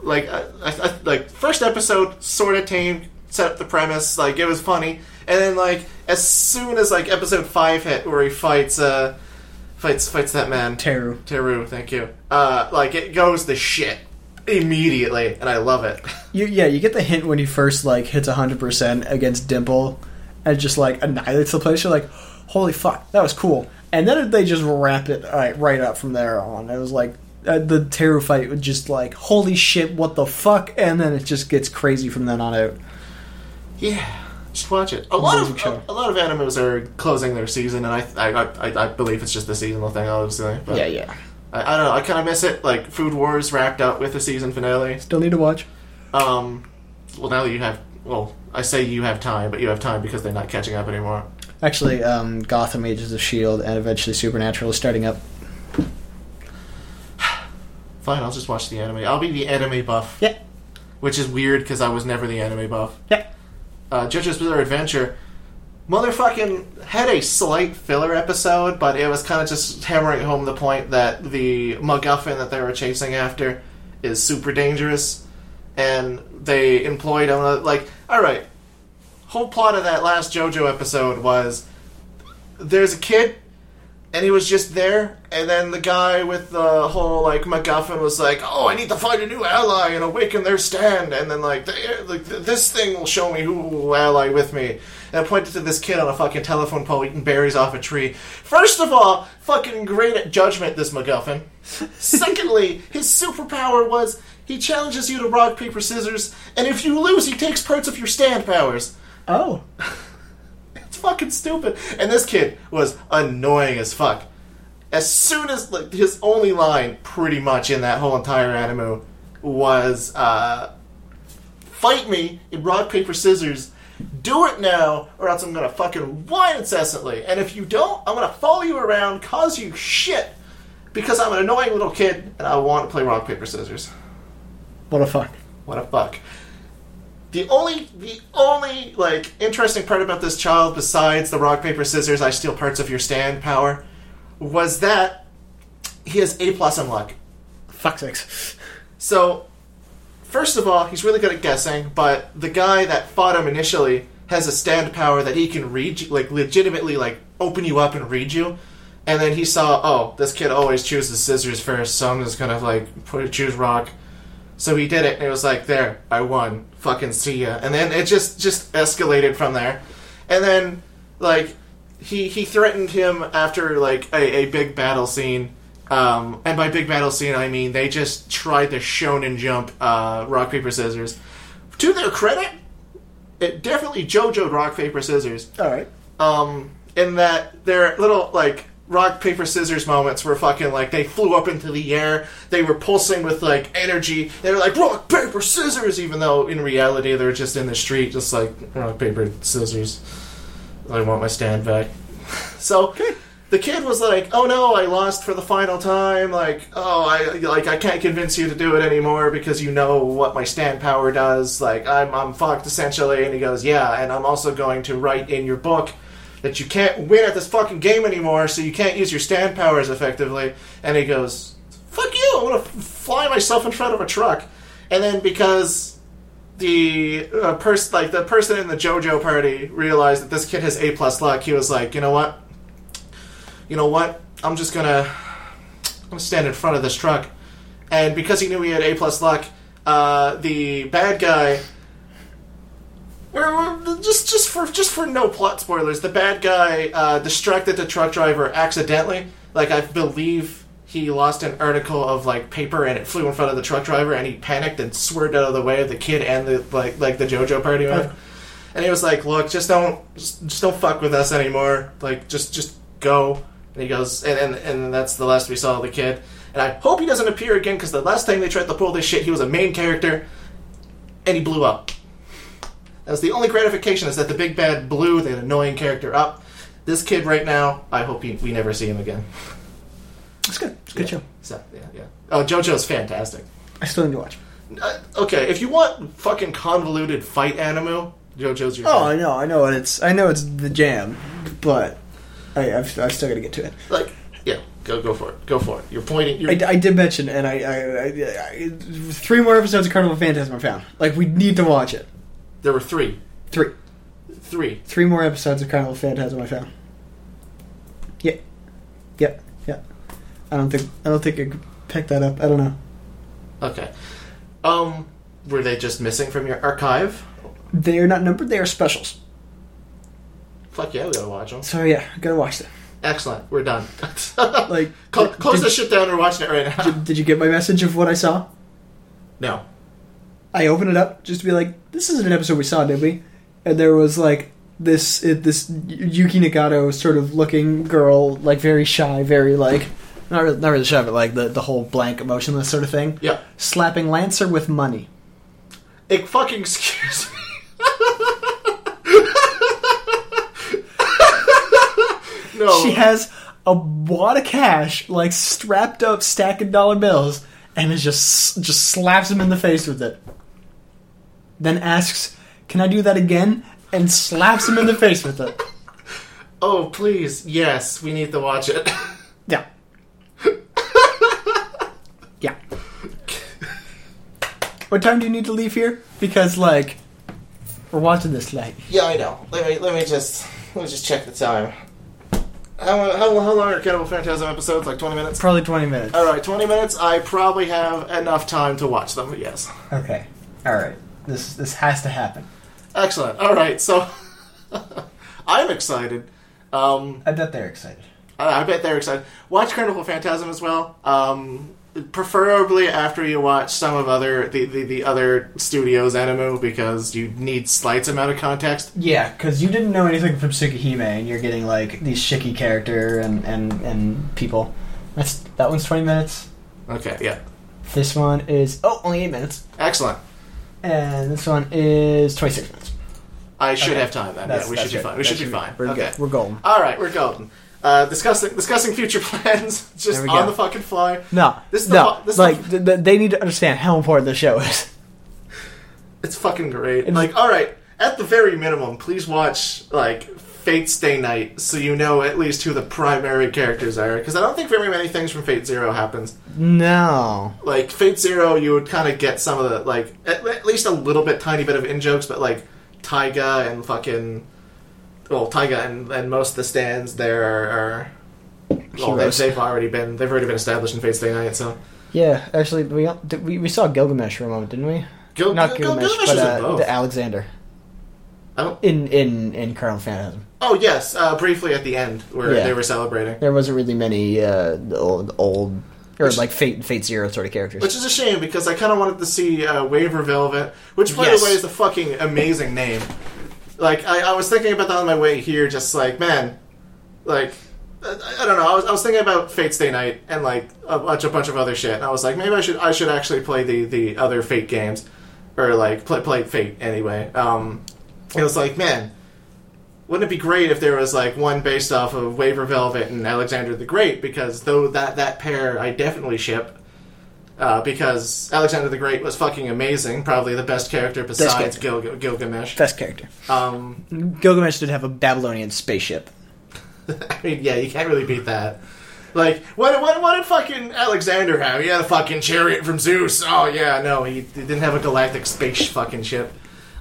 Like, I, I, I, like first episode sort of tame, set up the premise, like it was funny, and then like as soon as like episode five hit, where he fights uh fights fights that man Teru. Teru, thank you. Uh, like it goes the shit immediately, and I love it. You, yeah, you get the hint when he first like hits hundred percent against Dimple, and just like annihilates the place. You're like, uh, holy fuck, that was cool. And then they just wrap it right, right up from there on. It was like uh, the terror fight was just like holy shit, what the fuck, and then it just gets crazy from then on out. Yeah, just watch it. A lot Amazing of show. a, lot of animes are closing their season, and I I, I, I believe it's just the seasonal thing. Obviously, but yeah. I, I don't know. I kind of miss it. Like Food Wars wrapped up with the season finale. Still need to watch. Um, well now that you have well, I say you have time, but you have time because they're not catching up anymore. Actually, um, Gotham Ages of Shield and eventually Supernatural is starting up. Fine, I'll just watch the anime. I'll be the anime buff, Yeah, which is weird because I was never the anime buff. yeah. uh, JoJo's Bizarre Adventure, motherfucking had a slight filler episode, but it was kind of just hammering home the point that the MacGuffin that they were chasing after is super dangerous, and they employed on like, all right, whole plot of that last JoJo episode was there's a kid. And he was just there, and then the guy with the whole like MacGuffin was like, "Oh, I need to find a new ally and awaken their stand." And then like, the, like th- this thing will show me who will ally with me. And I pointed to this kid on a fucking telephone pole eating berries off a tree. First of all, fucking great at judgment, this MacGuffin. Secondly, his superpower was he challenges you to rock paper scissors, and if you lose, he takes parts of your stand powers. Oh, It's fucking stupid. And this kid was annoying as fuck. As soon as like his only line, pretty much in that whole entire anime, was uh, "Fight me in rock paper scissors. Do it now, or else I'm gonna fucking whine incessantly. And if you don't, I'm gonna follow you around, cause you shit, because I'm an annoying little kid and I want to play rock paper scissors." what a fuck. What a fuck. The only the only like interesting part about this child besides the rock paper scissors I steal parts of your stand power was that he has A plus in luck. Fuck six. So first of all, he's really good at guessing, but the guy that fought him initially has a stand power that he can read you- like legitimately like open you up and read you. And then he saw, oh, this kid always chooses scissors first, so I'm just gonna like put choose rock. So he did it, and it was like, "There, I won. Fucking see ya." And then it just just escalated from there, and then like he he threatened him after like a, a big battle scene. Um, and by big battle scene, I mean they just tried the Shonen Jump uh, rock paper scissors. To their credit, it definitely JoJo rock paper scissors All right. um, in that their little like rock paper scissors moments were fucking like they flew up into the air they were pulsing with like energy they were like rock paper scissors even though in reality they're just in the street just like rock paper scissors i want my stand back so the kid was like oh no i lost for the final time like oh i like i can't convince you to do it anymore because you know what my stand power does like i'm, I'm fucked essentially and he goes yeah and i'm also going to write in your book that you can't win at this fucking game anymore, so you can't use your stand powers effectively. And he goes, "Fuck you! I'm gonna f- fly myself in front of a truck." And then because the uh, person, like the person in the JoJo party, realized that this kid has A plus luck, he was like, "You know what? You know what? I'm just gonna, I'm gonna stand in front of this truck." And because he knew he had A plus luck, uh, the bad guy we're, we're- just just for just for no plot spoilers. The bad guy uh, distracted the truck driver accidentally. Like I believe he lost an article of like paper and it flew in front of the truck driver and he panicked and swerved out of the way of the kid and the like like the JoJo party member. And he was like, "Look, just don't just, just don't fuck with us anymore. Like just just go." And he goes, and and, and that's the last we saw of the kid. And I hope he doesn't appear again because the last time they tried to pull this shit, he was a main character, and he blew up. That was the only gratification is that the big bad blew that annoying character up. This kid right now, I hope he, we never see him again. It's good. It's a good show. So yeah, yeah. Oh, JoJo's fantastic. I still need to watch. Uh, okay, if you want fucking convoluted fight anime, JoJo's your. Oh, I guy. know. I know what it's. I know it's the jam, but I, I've, I've still got to get to it. like yeah, go go for it, go for it. You're pointing. You're, I, I did mention, and I, I, I, I three more episodes of Carnival Phantasm are found. Like we need to watch it. there were three, Three, three. three more episodes of Carnival Phantasm I found. Yeah, yeah, yeah. I don't think I don't think I could pick that up. I don't know. Okay. Um, were they just missing from your archive? They are not numbered. They are specials. Fuck yeah, we gotta watch them. So yeah, gotta watch them. Excellent. We're done. Like, Cl- did- close did- this shit down. We're watching it right now. Did, did you get my message of what I saw? No. I opened it up just to be like, this isn't an episode we saw, did we? And there was like this it, this Yuki Nagato sort of looking girl, like very shy, very like not really, not really shy, but like the the whole blank, emotionless sort of thing. Yeah. Slapping Lancer with money. It fucking excuse me. no. She has a wad of cash, like strapped up, stacking dollar bills, and is just just slaps him in the face with it. Then asks, "Can I do that again?" And slaps him in the face with it. oh, please. Yes, we need to watch it. Yeah. yeah. What time do you need to leave here? Because like, we're watching this late. yeah, I know. Let me let me just let me just check the time. How, how, how long are Cannibal Phantasm episodes? Like 20 minutes? Probably twenty minutes. Alright, 20 minutes. I probably have enough time to watch them, yes. Okay. All right. This this has to happen. Excellent. Alright, so. I'm excited. Um, I bet they're excited. I, I bet they're excited. Watch Carnival Phantasm as well. Um, preferably after you watch some of other the, the, the other studios anime because you need slight amount of context. Yeah, because you didn't know anything from Tsukihime, and you're getting like these shiki character and and and people. That's that one's twenty minutes. Okay, yeah, This one is oh only eight minutes, excellent. and this one is twenty six minutes. I should Okay. have time then. Yeah, we should be good. fine. We That should be fine. We're okay. good. We're golden. All right, we're golden. Uh, discussing discussing future plans just There on we go. the fucking fly. No, This is the no. fu- this is like the- th- th- they need to understand how important the show is. It's fucking great. It's- like, all right, at the very minimum, please watch like Fate's Day Night so you know at least who the primary characters are. Because I don't think very many things from Fate Zero happens. No, Like Fate Zero, you would kind of get some of the like at, at least a little bit, tiny bit of in jokes, but like Taiga and fucking well, Taiga and, and most of the stands there are. are well, they, Heroes. they've already been they've already been established in Fate's Day Night, so yeah. Actually, we all- did we, we saw Gilgamesh for a moment, didn't we? Gil- Not Gil- Gilgamesh, Gilgamesh but is in uh, both. the Alexander I don't- in in in Colonel Phantasm. oh yes, uh, briefly at the end where Yeah. they were celebrating. There wasn't really many uh, the old old or Which- like Fate Fate Zero sort of characters. Which is a shame because I kind of wanted to see uh, Waver Velvet, which, by Yes. the way, is a fucking amazing name. Like, I, I was thinking about that on my way here, just like, man, like, I, I don't know. I was, I was thinking about Fate's Day Night and like a bunch, a bunch of other shit, and I was like, maybe I should I should actually play the the other Fate games, or like play play Fate anyway. Um, it was like, man. Wouldn't it be great if there was like one based off of Waver Velvet and Alexander the Great? Because though that that pair I definitely ship, uh, because Alexander the Great was fucking amazing, probably the best character besides Gil- Gil- Gilgamesh. Best character. Um, Gilgamesh did have a Babylonian spaceship. I mean, yeah, you can't really beat that. Like, what, what, what did fucking Alexander have? He had a fucking chariot from Zeus. Oh, yeah, no, he, he didn't have a galactic space fucking ship.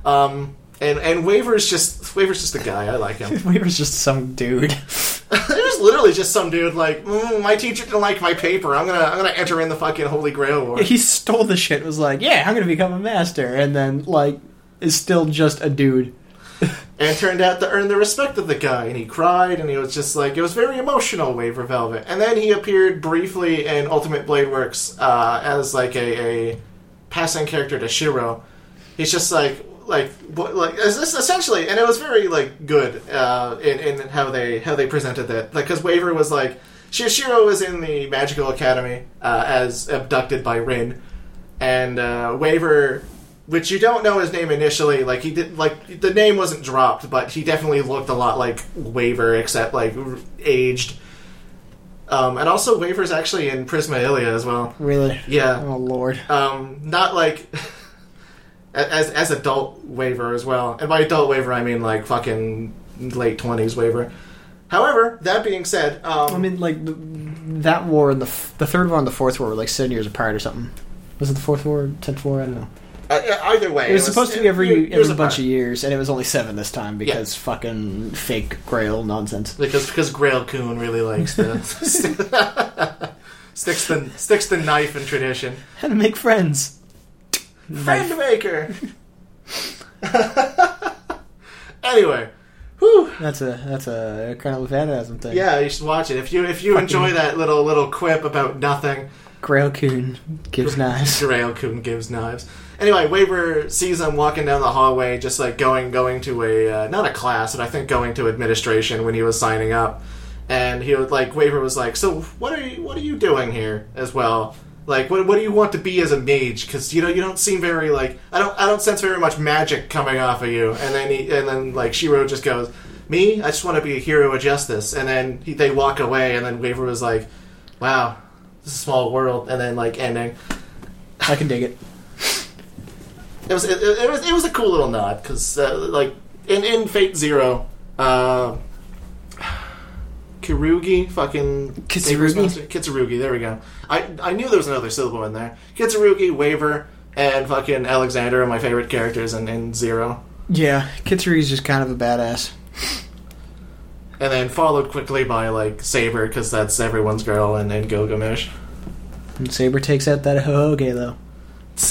Um, and, and Waver's just, Waver's just a guy. I like him. We was just some dude. It was literally just some dude like, mm, my teacher didn't like my paper. I'm gonna, I'm gonna enter in the fucking Holy Grail War. he stole the shit. Was like, yeah, I'm gonna become a master, and then like is still just a dude. and turned out to earn the respect of the guy. And he cried, and he was just like it was very emotional. Waver Velvet, and then he appeared briefly in Ultimate Blade Works uh, as like a, a passing character to Shiro. He's just like like what- like is this essentially, and it was very like good uh, in in how they how they presented that. Like because Waver was like Sh- Shiro was in the Magical Academy uh, as abducted by Rin, and uh, Waver, which you don't know his name initially. Like he did, like the name wasn't dropped, but he definitely looked a lot like Waver, except like r- aged. Um, and also, Waver's actually in Prisma Ilia as well. Really? Yeah, Oh lord. um, not like a- as as adult Waver as well. And by adult Waver, I mean like fucking late twenties Waver. However, that being said, um, I mean, like the, that war and the f- the third war and the fourth war were like seven years apart or something. Was it the fourth war, tenth war? I don't know. uh, either way, It was supposed to be every it was every apart. bunch of years, and it was only seven this time because fucking fake Grail nonsense. Because because Grail Coon really likes the sticks the sticks the knife in tradition. How to make friends? Friend maker. anyway, Whew. That's a that's a Colonel Phantasm thing. Yeah, you should watch it. If you if you enjoy that little little quip about nothing, Grail Coon gives knives. Grail Coon gives knives. Anyway, Waver sees them walking down the hallway, just like going going to a uh, not a class, but I think going to administration when he was signing up. And he was like, Waver was like, "So what are you what are you doing here as well? Like, what, what do you want to be as a mage? Because you know you don't seem very like I don't I don't sense very much magic coming off of you." And then he and then like Shiro just goes, "Me, I just want to be a hero of justice." And then he, they walk away, and then Waver was like, "Wow, this is a small world." And then like ending. I can dig it. It was it, it was it was a cool little nod because uh, like in in Fate Zero, uh, Kirugi fucking Kitsurugi? Sabre's monster- Kitsurugi. There we go. I I knew there was another syllable in there. Kitsurugi, Waver, and fucking Alexander are my favorite characters in, in Zero. Yeah, Kitsuri's just kind of a badass. And then followed quickly by like Saber because that's everyone's girl, and then Gilgamesh. And Saber takes out that Hohoge though.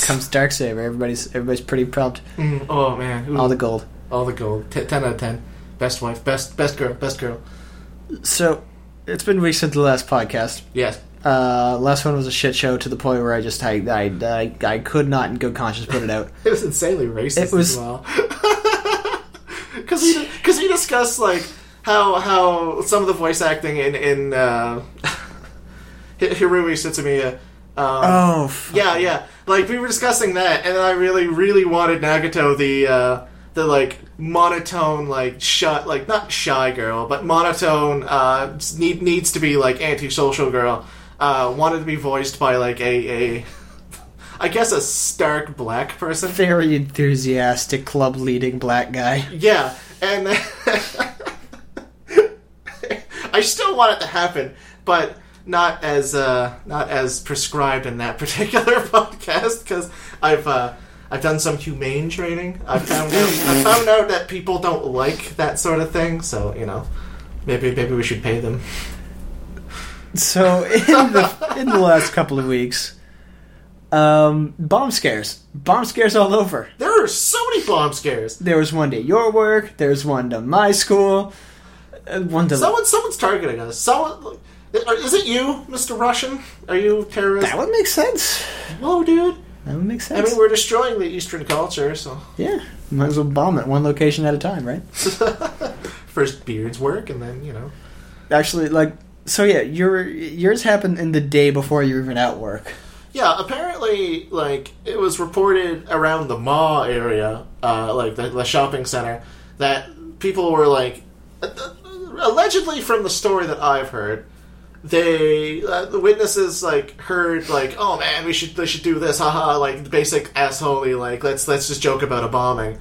Comes Darksaber. Everybody's everybody's pretty pumped. Mm, oh man, Ooh, All the gold. all the gold. T- ten out of ten. Best wife, best best girl, best girl. So it's been weeks since the last podcast. Yes. Uh, last one was a shit show to the point where I just I I, I, I could not in good conscience put it out. It was insanely racist It was- as well. Because we, 'cause we discussed, like, how how some of the voice acting in, in uh, Hi- Hirumi Setsumiya... Um, Oh fuck. yeah, yeah. Like we were discussing that, and I really, really wanted Nagato the uh, the like monotone, like shy, like not shy girl, but monotone uh, need, needs to be like antisocial girl. Uh, wanted to be voiced by like a a, I guess a stark black person. Very enthusiastic club leading black guy. Yeah, and I still want it to happen, but not as uh, not as prescribed in that particular podcast because I've uh, I've done some humane training. I found out I found out that people don't like that sort of thing, so you know. Maybe maybe we should pay them. So in the in the last couple of weeks, um, bomb scares, bomb scares all over. There are so many bomb scares. There was one to your work. There was one to my school. uh, One to Someone someone's targeting us. Someone is it you, Mr. Russian? Are you terrorist? that would make sense. Whoa, dude. That would make I sense. mean, we're destroying the Eastern culture, so. yeah, might as well bomb it one location at a time, right? first beards work and then you know Actually, like so, yeah, your yours happened in the day before you were even at work. yeah apparently like it was reported around the mall area uh, like the, the shopping center that people were like uh, allegedly from the story that i've heard they uh, the witnesses like heard like oh man we should they should do this haha like basic assholey like let's let's just joke about a bombing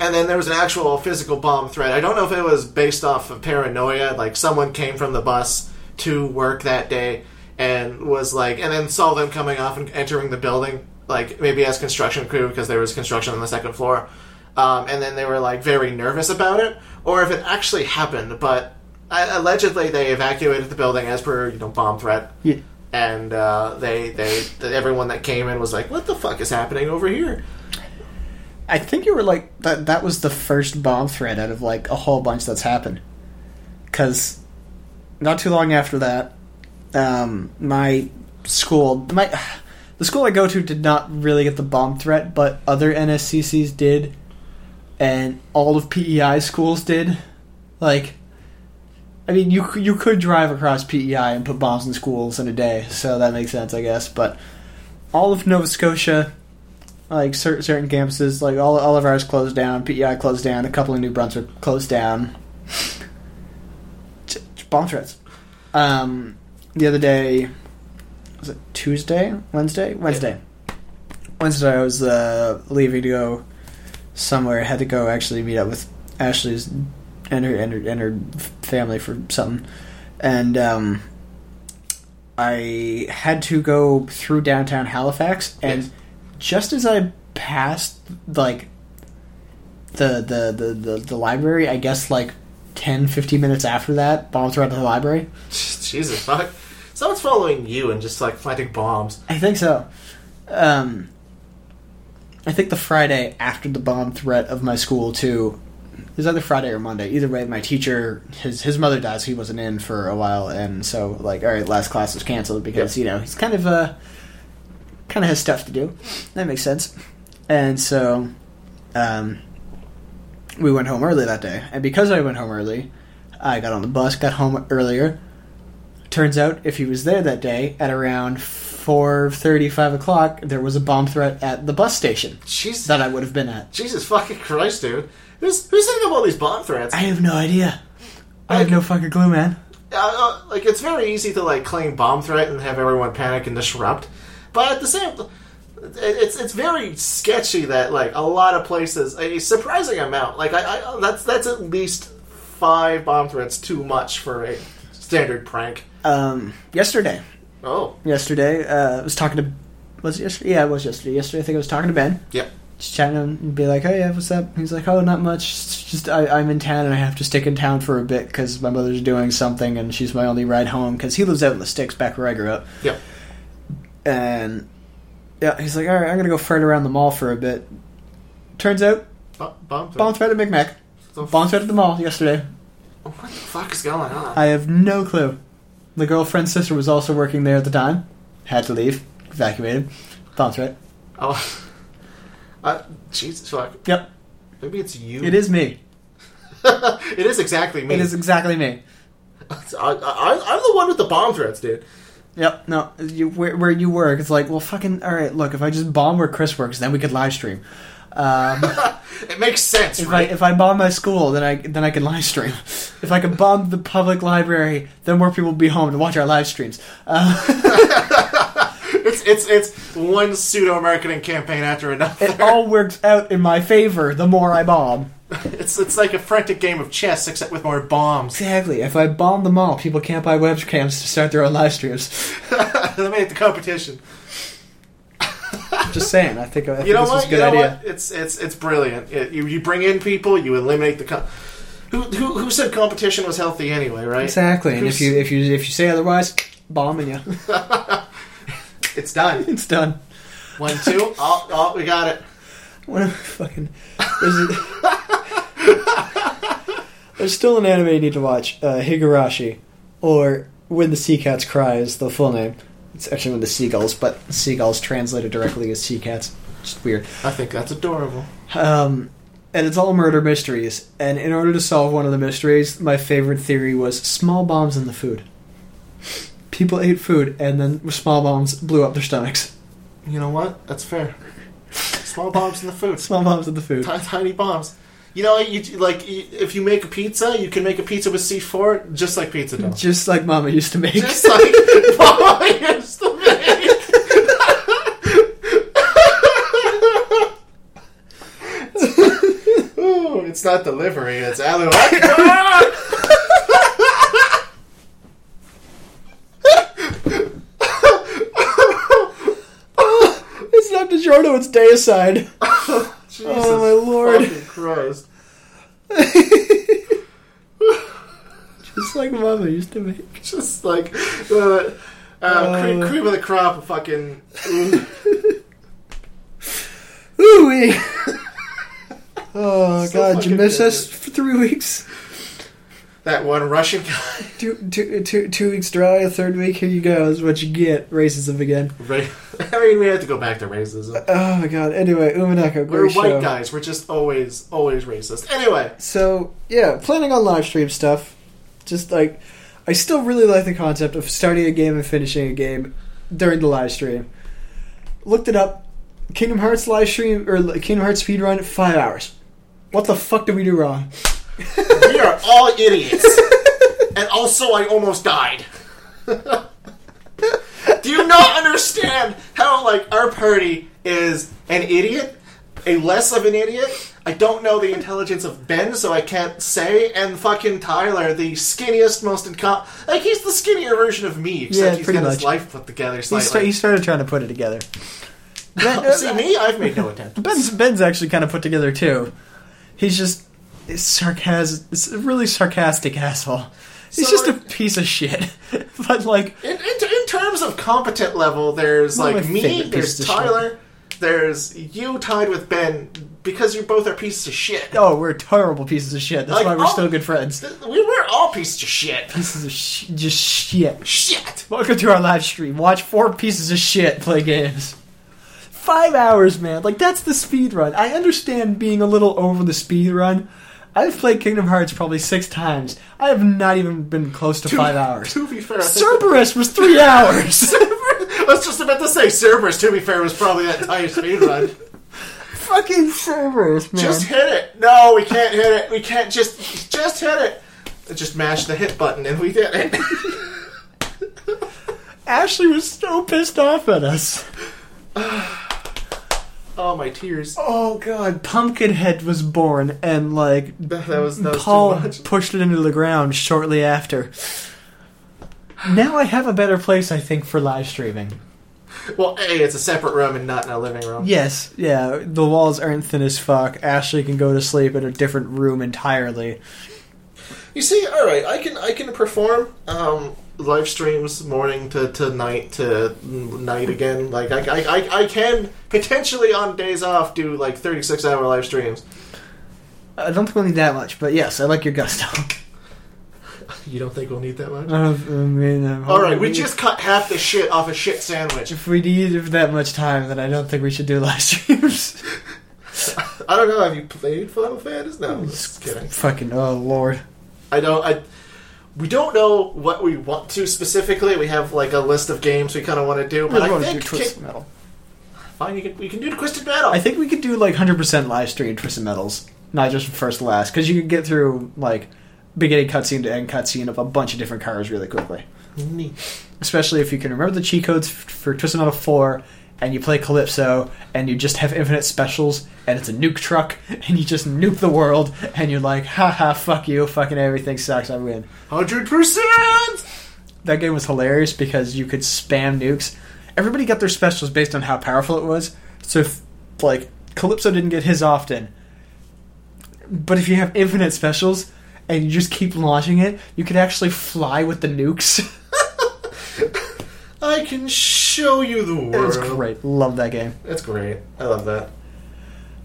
and then there was an actual physical bomb threat i don't know if it was based off of paranoia like someone came from the bus to work that day and was like and then saw them coming off and entering the building like maybe as construction crew because there was construction on the second floor um, and then they were like very nervous about it or if it actually happened but I, allegedly they evacuated the building as per you know bomb threat Yeah. and uh, they they that everyone that came in was like what the fuck is happening over here I think you were like that. That was the first bomb threat out of like a whole bunch that's happened. Because not too long after that, um, my school, my the school I go to did not really get the bomb threat, but other NSCCs did, and all of PEI schools did. Like, I mean, you c- you could drive across PEI and put bombs in schools in a day, so that makes sense, I guess. But all of Nova Scotia, like cer- certain campuses, like all, all of ours closed down. PEI closed down. A couple in New Brunswick closed down. T- Bomb threats. Um, the other day, was it Tuesday? Wednesday? Wednesday. Wednesday, I was uh, leaving to go somewhere. I had to go actually meet up with Ashley's and her and her, and her f- family for something, and um, I had to go through downtown Halifax and Yes. just as I passed like the the, the, the, the library, I guess like 10, 15 minutes after that, bombs were at the library. jesus fuck someone's following you and just like planting bombs I think so. Um, I think the Friday after the bomb threat of my school too, was either Friday or Monday. Either way, my teacher, his his mother dies. He wasn't in for a while, and so like, all right, last class was canceled because you know he's kind of uh, kind of has stuff to do. That makes sense. And so, um, we went home early that day, and because I went home early, I got on the bus, got home earlier. Turns out, if he was there that day at around four thirty, five o'clock, there was a bomb threat at the bus station Jesus, that I would have been at. Jesus fucking Christ, dude. Who's who's setting up all these bomb threats? I have no idea. I have Okay. no fucking clue, man. uh, uh, like it's very easy to like claim bomb threat and have everyone panic and disrupt, but at the same, it- it's it's very sketchy that like a lot of places a surprising amount like I, I that's that's at least five bomb threats too much for a standard prank. Um, yesterday, Oh yesterday, uh, I was talking to, was it yesterday? Yeah, it was yesterday. Yesterday, I think I was talking to Ben, yeah, just chatting to him and be like, "Hey, yeah, what's up?" He's like, "Oh, not much. It's Just I, I'm in town and I have to stick in town for a bit because my mother's doing something and she's my only ride home because he lives out in the sticks back where I grew up." yeah. And yeah, he's like, "All right, I'm gonna go fret around the mall for a bit." Turns out, Bomb, bomb threat. bomb threat at McMac, So- bomb threat at the mall yesterday. what the fuck is going on? I have no clue. The girlfriend's sister was also working there at the time. Had to leave. Evacuated. Bomb threat. oh, uh, Jesus fuck. Yep. Maybe it's you. It is me. it is exactly me. It is exactly me. I, I, I'm the one with the bomb threats, dude. Yep. No, you, where, where you work, it's like, well, fucking, all right, look, if I just bomb where Chris works, then we could live stream. Um, It makes sense, if, I, right? if I bomb my school, then I then I can live stream. If I can bomb the public library, then more people will be home to watch our live streams. Uh, It's it's it's one pseudo marketing campaign after another. it all works out in my favor the more I bomb. it's it's like a frantic game of chess except with more bombs. Exactly. If I bomb them all, people can't buy webcams to start their own live streams. they made it the competition. Just saying. I think, I think You know this what? was a You good know idea. what? It's it's it's brilliant. It, you you bring in people, you eliminate the. Com- who, who who said competition was healthy anyway? Right? Exactly. And if Who's- you if you if you say otherwise, bombing you. It's done. it's done. One two. Oh, oh we got it. What a fucking. There's, a- there's still an anime you need to watch. Uh, Higurashi, or When the Sea Cats Cry is the full name. It's actually When the Seagulls, but seagulls translated directly as sea cats. Just weird. I think that's adorable. Um, and it's all murder mysteries. And in order to solve one of the mysteries, my favorite theory was small bombs in the food. People ate food, and then small bombs blew up their stomachs. You know what? That's fair. Small bombs in the food. Small bombs in the food. Ti- tiny bombs. You know, you like you, if you make a pizza, you can make a pizza with C four just like pizza dough. Just like Mama used to make. Just like Mama used to make. Ooh, it's not delivery, it's alu. it's not DiGiorno, it's Deicide. Jesus Oh, my lord. fucking Christ. Just like Mama used to make. Just like uh, uh, cream, Uh. cream of the crop of fucking Ooh-wee. oh, So God, you fucking missed good, us dude. for three weeks. that one Russian guy. Two, two, two, two weeks dry, a third week, here you go, is what you get. Racism again. Right. I mean, we have to go back to racism. Oh, my God. Anyway, Uminaka, great We're white show. guys. We're just always, always racist. Anyway, So yeah, planning on live stream stuff. Just like I still really like the concept of starting a game and finishing a game during the live stream. Looked it up. Kingdom Hearts live stream or like, Kingdom Hearts speedrun five hours. What the fuck did we do wrong? we are all idiots. and also, I almost died. Do you not understand how, like, our party is an idiot? A less of an idiot? I don't know the intelligence of Ben, so I can't say. And fucking Tyler, the skinniest, most incom. Like, he's the skinnier version of me, except Yeah, he's pretty got much. his life put together He, slightly. sta- he started trying to put it together. Ben, See, me? I've made no attempt. Ben's Ben's actually kind of put together too. He's just sarcastic. It's a really sarcastic asshole. He's So, just a like- piece of shit. but like In, in, in terms of competent level, there's One of like my me, favorite there's pieces of shit. Tyler, which there's you tied with Ben because you both are pieces of shit. Oh, we're terrible pieces of shit. That's Like, why we're oh. still good friends. We were all pieces of shit. Pieces of sh- just shit. Shit. Welcome to our live stream. Watch four pieces of shit play games. Five hours, man. Like that's the speed run. I understand being a little over the speed run. I've played Kingdom Hearts probably six times. I have not even been close to five hours. To be fair, I think Cerberus was three hours. I was just about to say Cerberus. To be fair, was probably that entire speed run. Fucking Cerberus, man. Just hit it. No, we can't hit it. We can't just just hit it. Just mash the hit button, and we did it. Ashley was so pissed off at us. oh my tears. Oh god, Pumpkinhead was born, and like That that was that was Paul too much. pushed it into the ground shortly after. Now I have a better place, I think, for live streaming. Well, a it's a separate room and not in a living room. Yes, yeah, the walls aren't thin as fuck. Ashley can go to sleep in a different room entirely. You see, all right, I can I can perform um, live streams morning to, to night to night again. Like I, I, I, I can potentially on days off do like thirty six hour live streams. I don't think we'll need that much, but yes, I like your gusto. You don't think we'll need that much? I mean, I'm All right, we hoping- just cut half the shit off a shit sandwich. If we need that much time, then I don't think we should do live streams. I don't know. Have you played Final Fantasy? No, just kidding. Fucking oh lord. I don't. I we don't know what we want to specifically. We have like a list of games we kind of want to do, but I think Twisted Metal. fine. You can, we can do Twisted Metal. I think we could do like 100% live stream Twisted Metals, not just first to last, because you could get through like beginning cutscene to end cutscene of a bunch of different cars really quickly. Neat. Especially if you can remember the cheat codes f- for Twisted Metal 4 and you play Calypso and you just have infinite specials and it's a nuke truck and you just nuke the world and you're like, haha, fuck you, fucking everything sucks, I win. Hundred percent. that game was hilarious because you could spam nukes. Everybody got their specials based on how powerful it was. So, if, like, Calypso didn't get his often. But if you have infinite specials and you just keep launching it, you could actually fly with the nukes. I can show you the world. it was great. Love that game. That's great. I love that.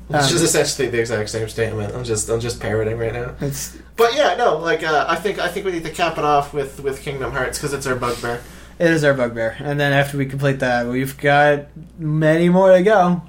It's Um, just essentially the exact same statement. I'm just I'm just parroting right now. It's But yeah, no, like uh, I think I think we need to cap it off with with Kingdom Hearts because it's our bugbear. it is our bugbear. And then after we complete that, we've got many more to go.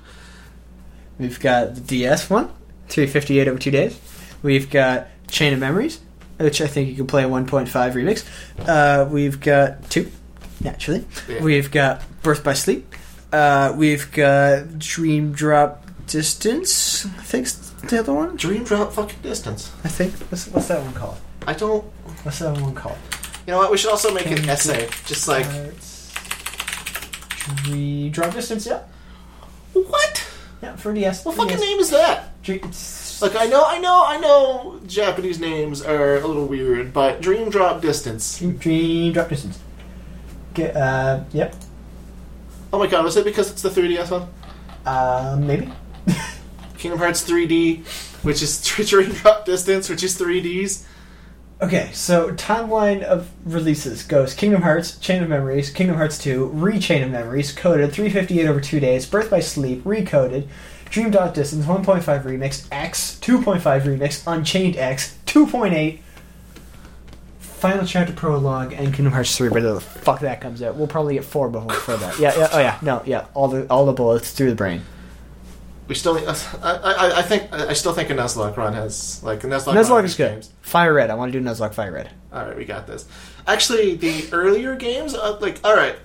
We've got the DS one, 358 over two days. We've got Chain of Memories, which I think you can play 1.5 remix. Uh, we've got two, naturally. Yeah. We've got Birth by Sleep. Uh, we've got Dream Drop Distance. I think's the other one. Dream drop fucking distance. I think what's, what's that one called? I don't. What's that one called? You know what? We should also make an Kingdom essay, just like Uh, Dream Drop Distance. Yeah, what? yeah. For E DS. What fucking name is that? Dream, it's, Like I know, I know, I know. Japanese names are a little weird, but Dream Drop Distance. Dream, Dream Drop Distance. Get, uh, yep. Oh my god, was it because it's the 3DS one? Uh, maybe. Kingdom Hearts 3D, which is Dream Drop Distance, which is 3Ds. Okay, so timeline of releases goes Kingdom Hearts, Chain of Memories, Kingdom Hearts 2, Re-Chain of Memories, Coded, 358 over two days, Birth by Sleep, Recoded, Dream Dot Distance, 1.5 Remix, X, 2.5 Remix, Unchained X, 2.8, Final Chapter Prologue, and Kingdom Hearts 3, whatever the fuck that comes out. We'll probably get four before, before that. Yeah, yeah, oh yeah, no, yeah, all the all the bullets through the brain. We still, I, I, I think, I still think a Nuzlocke run has like a Nuzlocke. run Nuzlocke is has good. games. Fire Red, I want to do Nuzlocke Fire Red. All right, we got this. Actually, the earlier games, uh, like, all right,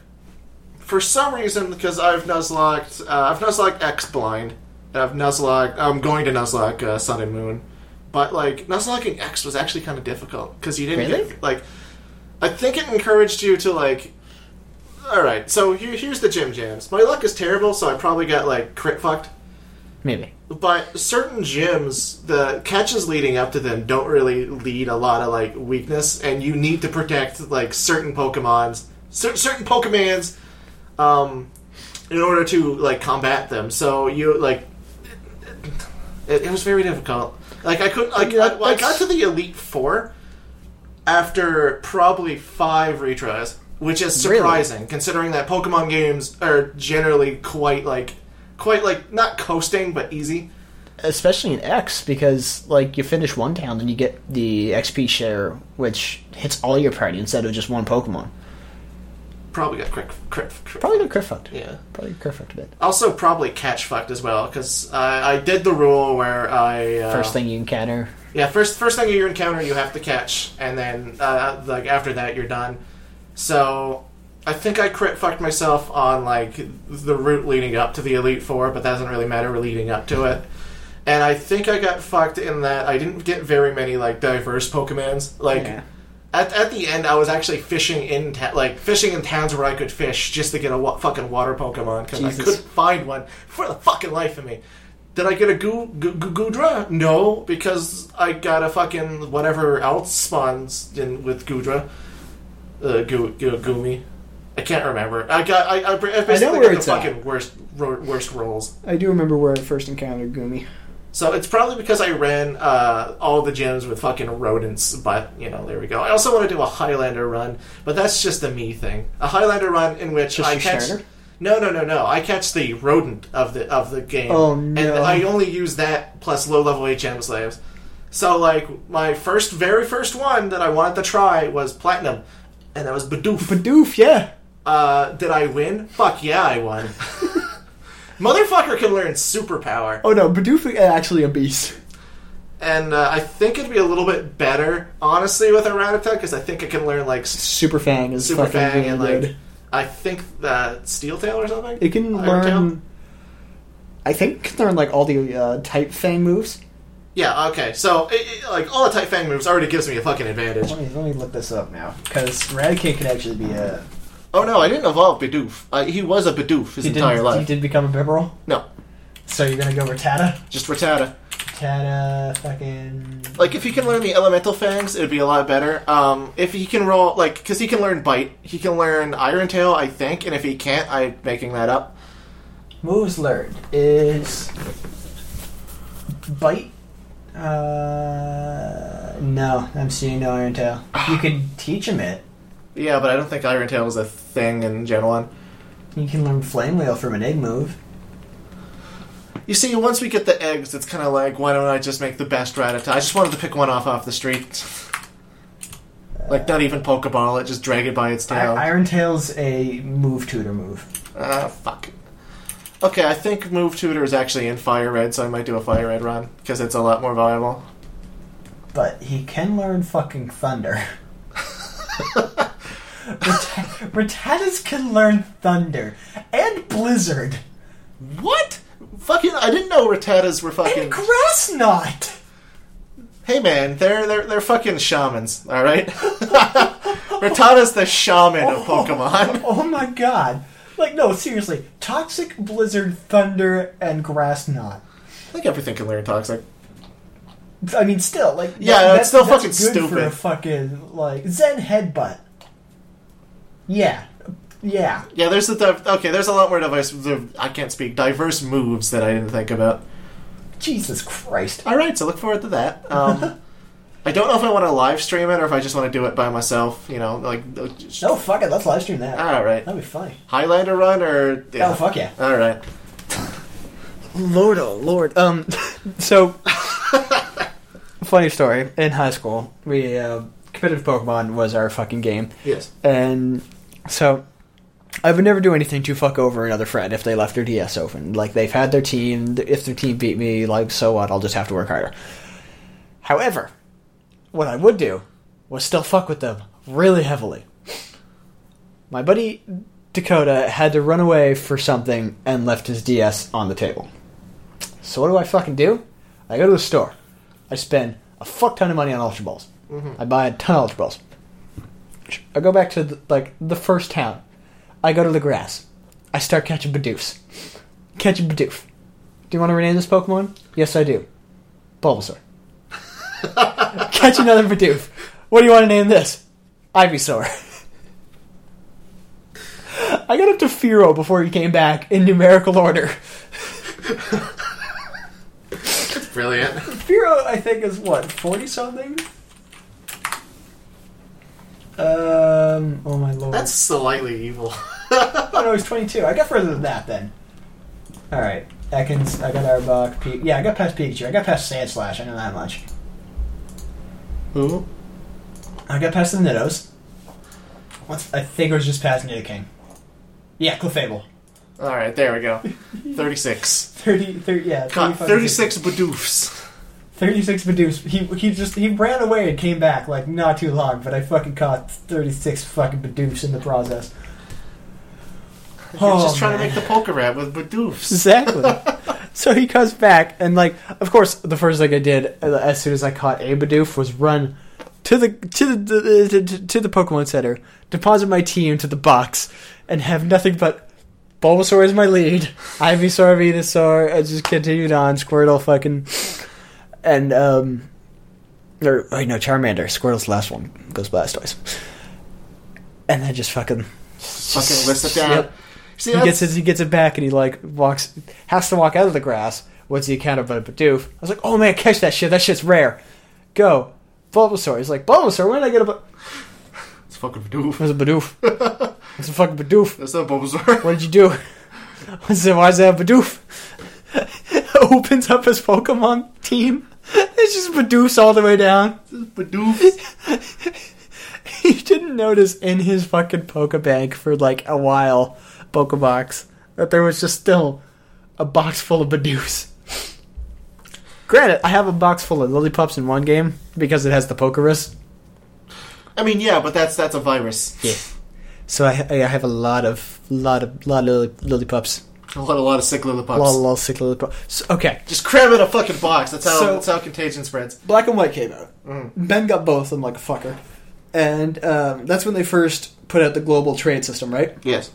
for some reason, because I've Nuzlocke, uh, I've Nuzlocke X Blind, and I've Nuzlocke, I'm going to Nuzlocke uh, Sun and Moon, but like Nuzlocking X was actually kind of difficult because you didn't Really? get, like, I think it encouraged you to like. All right, so here, here's the gym jams. My luck is terrible, so I probably got like crit fucked. Maybe. But certain gyms, the catches leading up to them don't really lead a lot of like weakness, and you need to protect like certain Pokemon's, cer- certain Pokemans, um, in order to like combat them. So you like, it, it was very difficult. Like I couldn't. Like Yeah, I, I got that's- to the Elite Four after probably five retries, which is Really? surprising considering that Pokemon games are generally quite like quite like not coasting, but easy. especially in X because like you finish one town, then you get the XP share, which hits all your party instead of just one Pokemon. Probably got crit, crit, crit. Probably got crit fucked. yeah. Probably got crit fucked a bit. Also, probably catch fucked as well because I, I did the rule where I uh, First thing you encounter. Yeah, first first thing you encounter, you have to catch, and then uh, like after that, you're done. So I think I crit fucked myself on like the route leading up to the Elite Four, but that doesn't really matter. We're leading up to it, and I think I got fucked in that I didn't get very many like diverse Pokemons. Like Yeah. at at the end, I was actually fishing in ta- like fishing in towns where I could fish just to get a wa- fucking water Pokemon because I Jesus. couldn't find one for the fucking life of me. Did I get a goo, goo, goo, Gudra? No, because I got a fucking whatever else spawns in with Gudra. Uh, goo, goo, Goomy. I can't remember. I got. I, I, I basically where got it's the at. fucking worst, ro- worst rolls. I do remember where I first encountered Gumi. So it's probably because I ran uh, all the gyms with fucking rodents, but you know, there we go. I also want to do a Highlander run, but that's just a me thing. A Highlander run in which Just I your catch starter? no, no, no, no. I catch the rodent of the of the game, Oh, and no. I only use that plus low level HM slaves. So like my first, very first one that I wanted to try was platinum, and that was Bidoof. Badoof, yeah. Uh, did I win? Fuck yeah, I won. Motherfucker can learn superpower. Oh no, Badoof is actually a beast. and uh, I think it'd be a little bit better, honestly, with a Rattata because I think it can learn like s- Super Fang is Super fucking Fang really and like good. I think uh, Steel Tail or something. It can Iron Tail? learn. I think it can learn like all the uh, type Fang moves. Yeah. Okay. So it, it- like all the Type Fang moves already gives me a fucking advantage. me, let me look this up now because Raticate could actually be a. Oh no, I didn't evolve Bidoof. Uh, he was a Bidoof his You did, entire life. you did become a Bibberl, No, so you're gonna go Rattata. just Rattata. Rattata, fucking. Like if he can learn the Elemental Fangs, it'd be a lot better. Um, if he can roll like because he can learn Bite, he can learn Iron Tail, I think. And if he can't, I'm making that up. Moves learned is bite. Uh, no, I'm seeing no Iron Tail. You can teach him it. Yeah, but I don't think Iron Tail is a thing in Gen One. You can learn Flame Wheel from an egg move. You see, once we get the eggs, it's kind of like, why don't I just make the best ratata? I just wanted to pick one off off the street. like, not even Pokeball it, just drag it by its tail. I- Iron Tail's a move tutor move. Ah, fuck. Okay, I think Move Tutor is actually in Fire Red, so I might do a Fire Red run, because it's a lot more viable. But he can learn fucking Thunder. Rattata- Rattatas can learn Thunder. And Blizzard. What? Fucking, I didn't know Rattatas were fucking. And Grass Knot! hey man, they're, they're, they're fucking shamans, alright? Rattata's the shaman of Pokemon. Oh my god. Like, no, seriously. Toxic, Blizzard, Thunder, and Grass Knot. I think everything can learn Toxic. I mean, still, like. Yeah, that- it's still that's fucking good For a stupid. fucking, like. Zen Headbutt. Yeah. Yeah. Yeah, there's the div- okay. There's a lot more diverse. div- I can't speak. Diverse moves that I didn't think about. Jesus Christ. All right, so look forward to that. Um, I don't know if I want to live stream it or if I just want to do it by myself. You know, like uh, just- No, fuck it. Let's live stream that. all right, That'd be funny. Highlander run or Ah. yeah. Oh, fuck yeah. All right, Lord, oh Lord. Um, so funny story. In high school, we uh, competitive Pokemon was our fucking game, yes, and so I would never do anything to fuck over another friend if they left their DS open. Like they've had their team. If their team beat me, like so what? I'll just have to work harder. However, what I would do was still fuck with them really heavily. My buddy Dakota had to run away for something and left his DS on the table. So what do I fucking do? I go to the store. I spend a fuck ton of money on Ultra Balls. I buy a ton of Ultra Balls. I go back to the, like the first town. I go to the grass. I start catching Bidoofs. Catching Bidoof. Do you want to rename this Pokemon? Yes, I do. Bulbasaur. Catch another Bidoof. What do you want to name this? Ivysaur. I got up to Firo before he came back in numerical order. brilliant. Firo, I think, is what forty something. Um. Oh my lord. That's slightly evil. I thought I was twenty two. I got further than that then. All right, Ekans. I got Arbok. P- yeah, I got past Pikachu. I got past Sandslash. I know that much. Who? I got past the Niddos. What's, I think it was just past Nidoking. Yeah, Clefable. All right, there we go. Thirty-six. 30, 30 yeah, God, 35 Thirty-six Badoofs. 36 Badoofs. He, he just he ran away and came back like not too long, but I fucking caught 36 fucking Badoofs in the process. You're Oh, just trying man. to make the poker rat with Badoofs. Exactly. so he comes back, and like, of course, the first thing I did uh, as soon as I caught a Bidoof was run to the to the, the, to, to the Pokemon Center, deposit my team to the box, and have nothing but Bulbasaur as my lead, Ivysaur, Venusaur, and just continued on Squirtle, fucking, and um, or wait, no, Charmander, Squirtle's the last one goes Blastoise, and then just fucking Fucking list it down. Yep. See, he that's- gets his, he gets it back and he like walks has to walk out of the grass once he encountered by Bidoof. I was like, oh man, catch that shit. That shit's rare. Go, Bulbasaur. He's like, Bulbasaur. When did I get a? Bu-? it's fucking Badoof. There's a Bidoof. It's a fucking Bidoof. That's not Bulbasaur. What did you do? I said, why is that a Bidoof? Opens up his Pokemon team. It's just Bidoofs all the way down. Badoofs. He didn't notice in his fucking Pokebank for like a while, Pokebox, that there was just still a box full of Bidoofs. Granted, I have a box full of lollipops in one game because it has the Pokerus. I mean, yeah, but that's that's a virus. Yeah. So I, I have a lot of lot of lot of lolli- lollipops. A lot, a lot of sick little A lot pups. of lol- sick lollipops. So, okay, Just cram it in a fucking box. That's how So- that's how contagion spreads. Black and White came out. Mm. Ben got both of them like a fucker, and um, that's when they first put out the global trade system, right? Yes.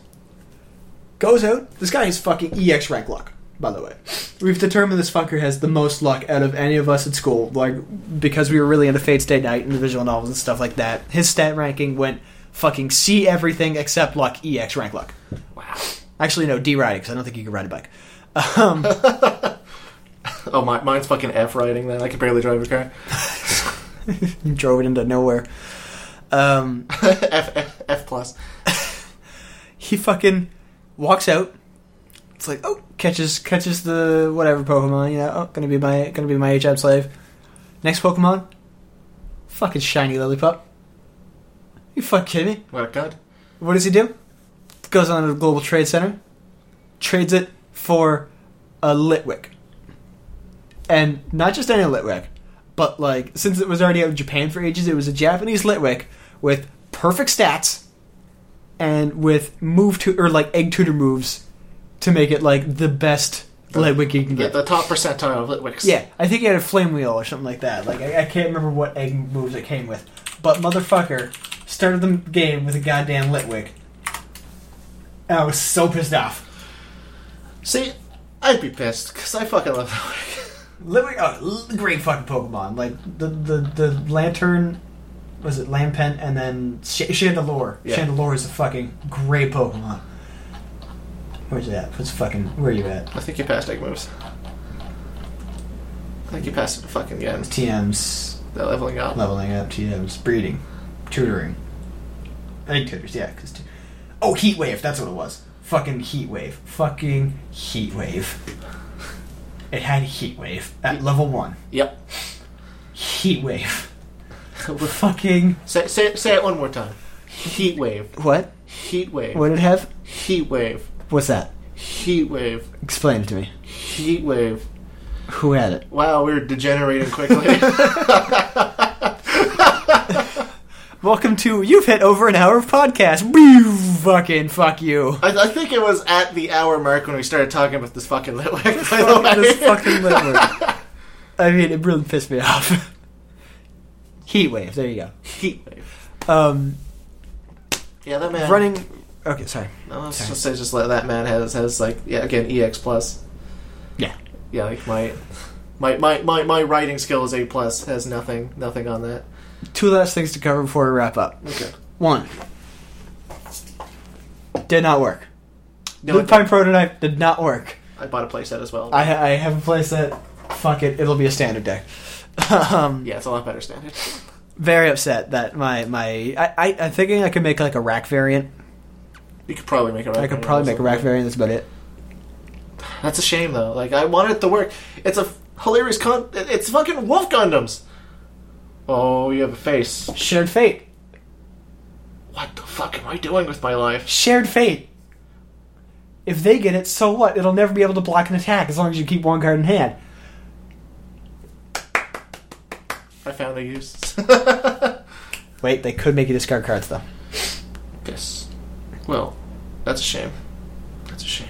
goes out. This guy has fucking EX rank luck, by the way. We've determined this fucker has the most luck out of any of us at school, like because we were really into Fate's Day Night and the visual novels and stuff like that. His stat ranking went fucking C everything except luck, EX rank luck. Wow. Actually, no, D riding because I don't think you can ride a bike. Um, Oh, my, mine's fucking F riding. Then I can barely drive a car. drove it into nowhere. Um, F, F F plus. he fucking walks out. It's like oh, catches catches the whatever Pokemon. You know, oh, gonna be my gonna be my HM slave. Next Pokemon, fucking shiny Lillipup. You fucking kidding me? What a god. What does he do? Goes on to the Global Trade Center, trades it for a Litwick. And not just any Litwick, but like, since it was already out in Japan for ages, it was a Japanese Litwick with perfect stats and with move to, or like egg tutor moves to make it like the best Litwick you can Yeah, get. the top percentile of Litwicks. Yeah, I think he had a flame wheel or something like that. Like I, I can't remember what egg moves it came with, but motherfucker started the game with a goddamn Litwick. And I was so pissed off. See, I'd be pissed because I fucking love Litwick. Litwick, oh, l- great fucking Pokemon. Like the the the lantern, was it Lampent, and then Sh- Chandelure. Yeah. Chandelure is a fucking great Pokemon. Where's that? What's fucking? Where are you at? I think you passed egg moves. I think you passed it fucking again. TM's That leveling up. leveling up TMs, breeding, tutoring. Egg tutors, yeah. Cause tu- oh, heat wave. That's what it was. Fucking heat wave. Fucking heat wave. It had heat wave at level one. Yep. Heat wave. Fucking say, say, say it one more time. Heat wave. what? Heat wave. What did it have? Heat wave. What's that? Heat wave. Explain it to me. Heat wave. Who had it? Wow, we're degenerating quickly. Welcome to you've hit over an hour of podcast. Boo, fucking fuck you. I, I think it was at the hour mark when we started talking about this fucking Litwick. By the way. This fucking lit work. I mean, it really pissed me off. heat wave. There you go. Heat wave. Um, Yeah, that man. running. Okay, sorry. No, let's Sorry. just say just like that man has has like yeah again ex plus. Yeah. Yeah, like my my my my, my writing skill is a plus. Has nothing nothing on that. Two last things to cover before we wrap up. Okay. One. Did not work. No, Loop Pine prototype did not work. I bought a playset as well. I, ha- I have a place that. Fuck it. It'll be a standard deck. um, yeah, it's a lot better standard. Very upset that my my. I, I I'm thinking I could make like a rack variant. You could probably make a rack. I could probably make a rack variant. That's about it. That's a shame though. Like I want it to work. It's a hilarious con. It's fucking Wolf Gundams. Oh, you have a face. Shared fate. What the fuck am I doing with my life? Shared fate. If they get it, so what? It'll never be able to block an attack as long as you keep one card in hand. I found a use. Wait, they could make you discard cards though. yes. Well, that's a shame. That's a shame.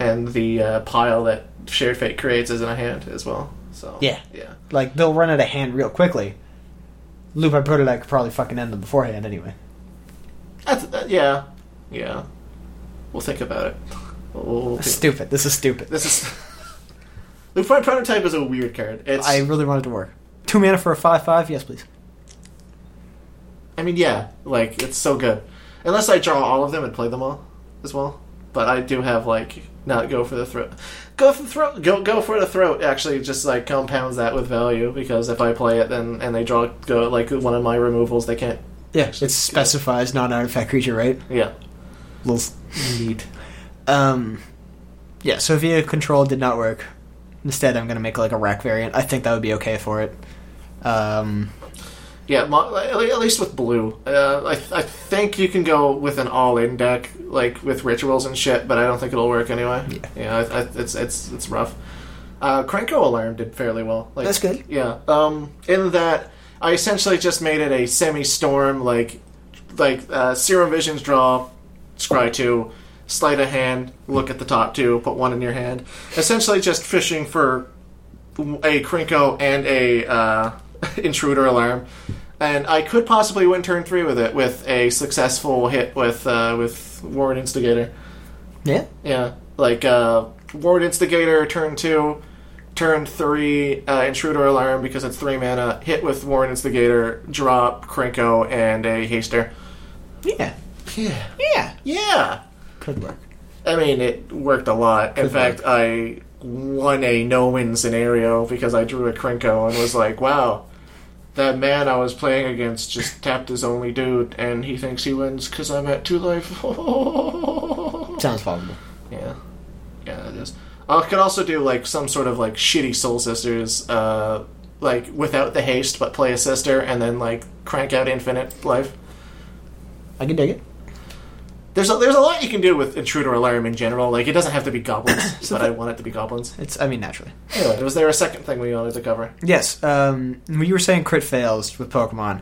And the uh, pile that shared fate creates is in a hand as well. So Yeah. yeah. Like they'll run out of hand real quickly. Lupin Prototype could probably fucking end them beforehand anyway. That's, that, yeah, yeah. We'll think about it. We'll- we'll think- Stupid. This is stupid. This is. Lupin Prototype is a weird card. It's. I I, really wanted to work. Two mana for a five-five. Yes, please. mean, yeah, like it's so good. Unless I draw all of them and play them all as well. But I do have like not go for the throat. Go for the throat. Go go for the throat. Actually, just like compounds that with value because if I play it, then and they draw go like one of my removals, they can't. Yeah, it specifies non-artifact creature, right? Yeah. Little need. Um, yeah. So via control did not work. Instead, I'm gonna make like a rack variant. I think that would be okay for it. Um, Yeah, mo- at le- at least with blue. Uh, I, I think you can go with an all-in deck, like with rituals and shit, but I don't think it'll work anyway. Yeah. yeah I, I, it's it's it's rough. Uh, Krenko Alarm did fairly well. Like, That's good. Yeah. Um, in that, I essentially just made it a semi-storm, like like uh, Serum Visions draw, scry two, sleight of hand, look at the top two, put one in your hand. Essentially, just fishing for a Krinko and a uh, intruder alarm, and I could possibly win turn three with it with a successful hit with uh, with Ward Instigator. yeah. Yeah, like uh, Ward Instigator turn two, turn three uh, intruder alarm because it's three mana. Hit with Ward Instigator, drop Krinko and a haster. Yeah. Yeah, Yeah. yeah. Could work. I mean, it worked a lot. In Could fact, I won a no win scenario because I drew a Krenko and was like, wow, that man I was playing against just tapped his only dude, and he thinks he wins because I'm at two life. Sounds plausible. yeah. Yeah, it is. I could also do, like, some sort of, like, shitty Soul Sisters, uh, like, without the haste, but play a sister, and then, like, crank out infinite life. I can dig it. There's a, there's a lot you can do with Intruder Alarm in general. Like, it doesn't have to be goblins, but I want it to be goblins. It's. I mean, naturally. Anyway, was there a second thing we wanted to cover? Yes. Um, you were saying crit fails with Pokemon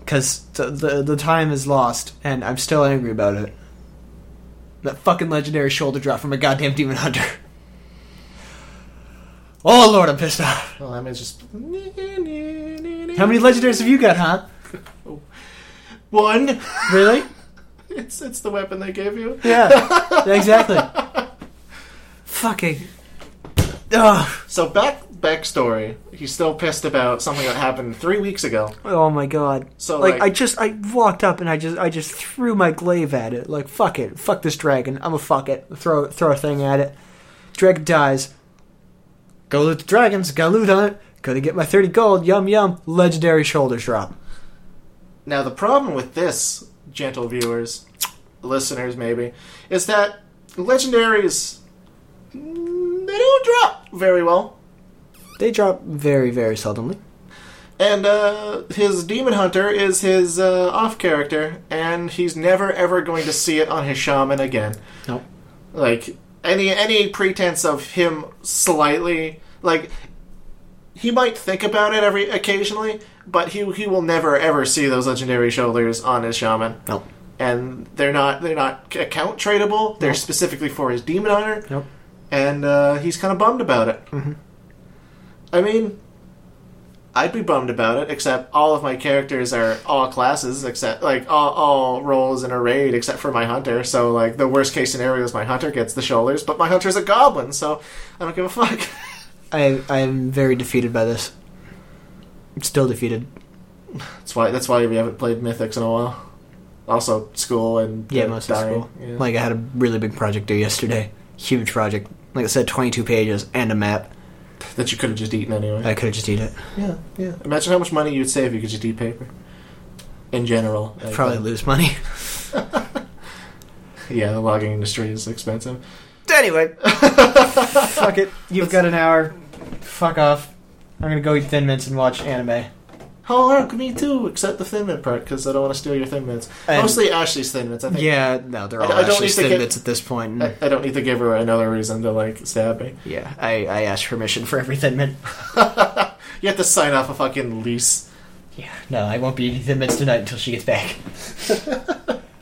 because the, the the time is lost, and I'm still angry about it. That fucking legendary shoulder drop from a goddamn demon hunter. Oh lord, I'm pissed off. Well, I mean, it's just How many legendaries have you got, huh? One. Really? it's it's the weapon they gave you. Yeah. exactly. Fucking. Ugh. So back backstory. He's still pissed about something that happened three weeks ago. Oh my god. So like, like, I just I walked up and I just I just threw my glaive at it. Like fuck it, fuck this dragon. I'm a fuck it. Throw throw a thing at it. Dragon dies. Go loot the dragons. Got loot on it. Gonna get my thirty gold. Yum yum. Legendary shoulders drop. now the problem with this, gentle viewers, listeners maybe, is that legendaries mm, they don't drop very well. They drop very very seldomly. And uh, his demon hunter is his uh, off character, and he's never ever going to see it on his shaman again. Nope. like any any pretense of him slightly like he might think about it every occasionally but he he will never ever see those legendary shoulders on his shaman Nope. and they're not they're not account tradable they're specifically for his demon hunter Nope. and uh, he's kind of bummed about it Mm-hmm. i mean i'd be bummed about it except all of my characters are all classes except like all, all roles in a raid except for my hunter so like the worst case scenario is my hunter gets the shoulders but my hunter's a goblin so i don't give a fuck I I am very defeated by this. I'm still defeated. that's why that's why we haven't played mythics in a while also school and Yeah, uh, mostly dying. school. Yeah. Like I had a really big project due yesterday. Huge project. Like I said, 22 pages and a map. that you could have just eaten anyway I could have just eaten it. Yeah, yeah. Imagine how much money you'd save if you could just eat paper. In general, like, Probably lose money. Yeah, the logging industry is expensive. Anyway, fuck it. You've got an hour. Fuck off. I'm gonna go eat Thin Mints and watch anime. Whole arc, me too, except the thin mint part because I don't want to steal your thin mints. And- Mostly Ashley's thin mints. I think. Yeah, no, they're I- all I don't actually need to Thin get- Mints at this point. and- I, I don't need to give her another reason to like stab me. yeah, I, I asked permission for every Thin Mint. You have to sign off a fucking lease. Yeah, no, I won't be eating Thin Mints tonight until she gets back.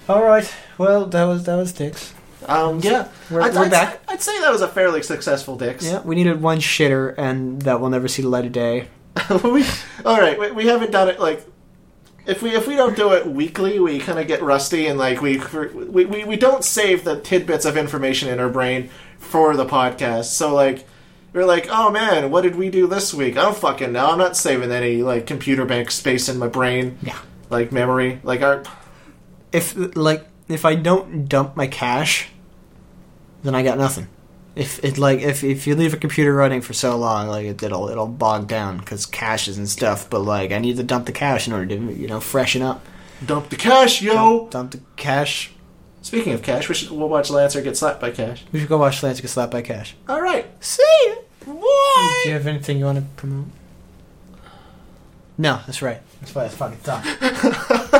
all right. Well, that was that was dicks. Um, yeah, We're, I'd, we're I'd- back. I'd say that was a fairly successful Dix. Yeah, we needed one shitter, and that will never see the light of day. we, all right, we, we haven't done it like if we if we don't do it weekly, we kind of get rusty and like we, we we we don't save the tidbits of information in our brain for the podcast. So like we're like, oh man, what did we do this week? I don't fucking know. I'm not saving any like computer bank space in my brain, Yeah. like memory, like our if like if I don't dump my cash, then I got nothing. If it like if if you leave a computer running for so long, like it, it'll it'll bog down because caches and stuff. But like I need to dump the cash in order to you know freshen up. dump the cash, yo. Dump, dump the cash. Speaking of cash, we should we'll watch Lancer get slapped by cash. We should go watch Lance get slapped by cash. All right, See ya. why? Do you have anything you want to promote? No, that's right. That's why it's fucking dumb.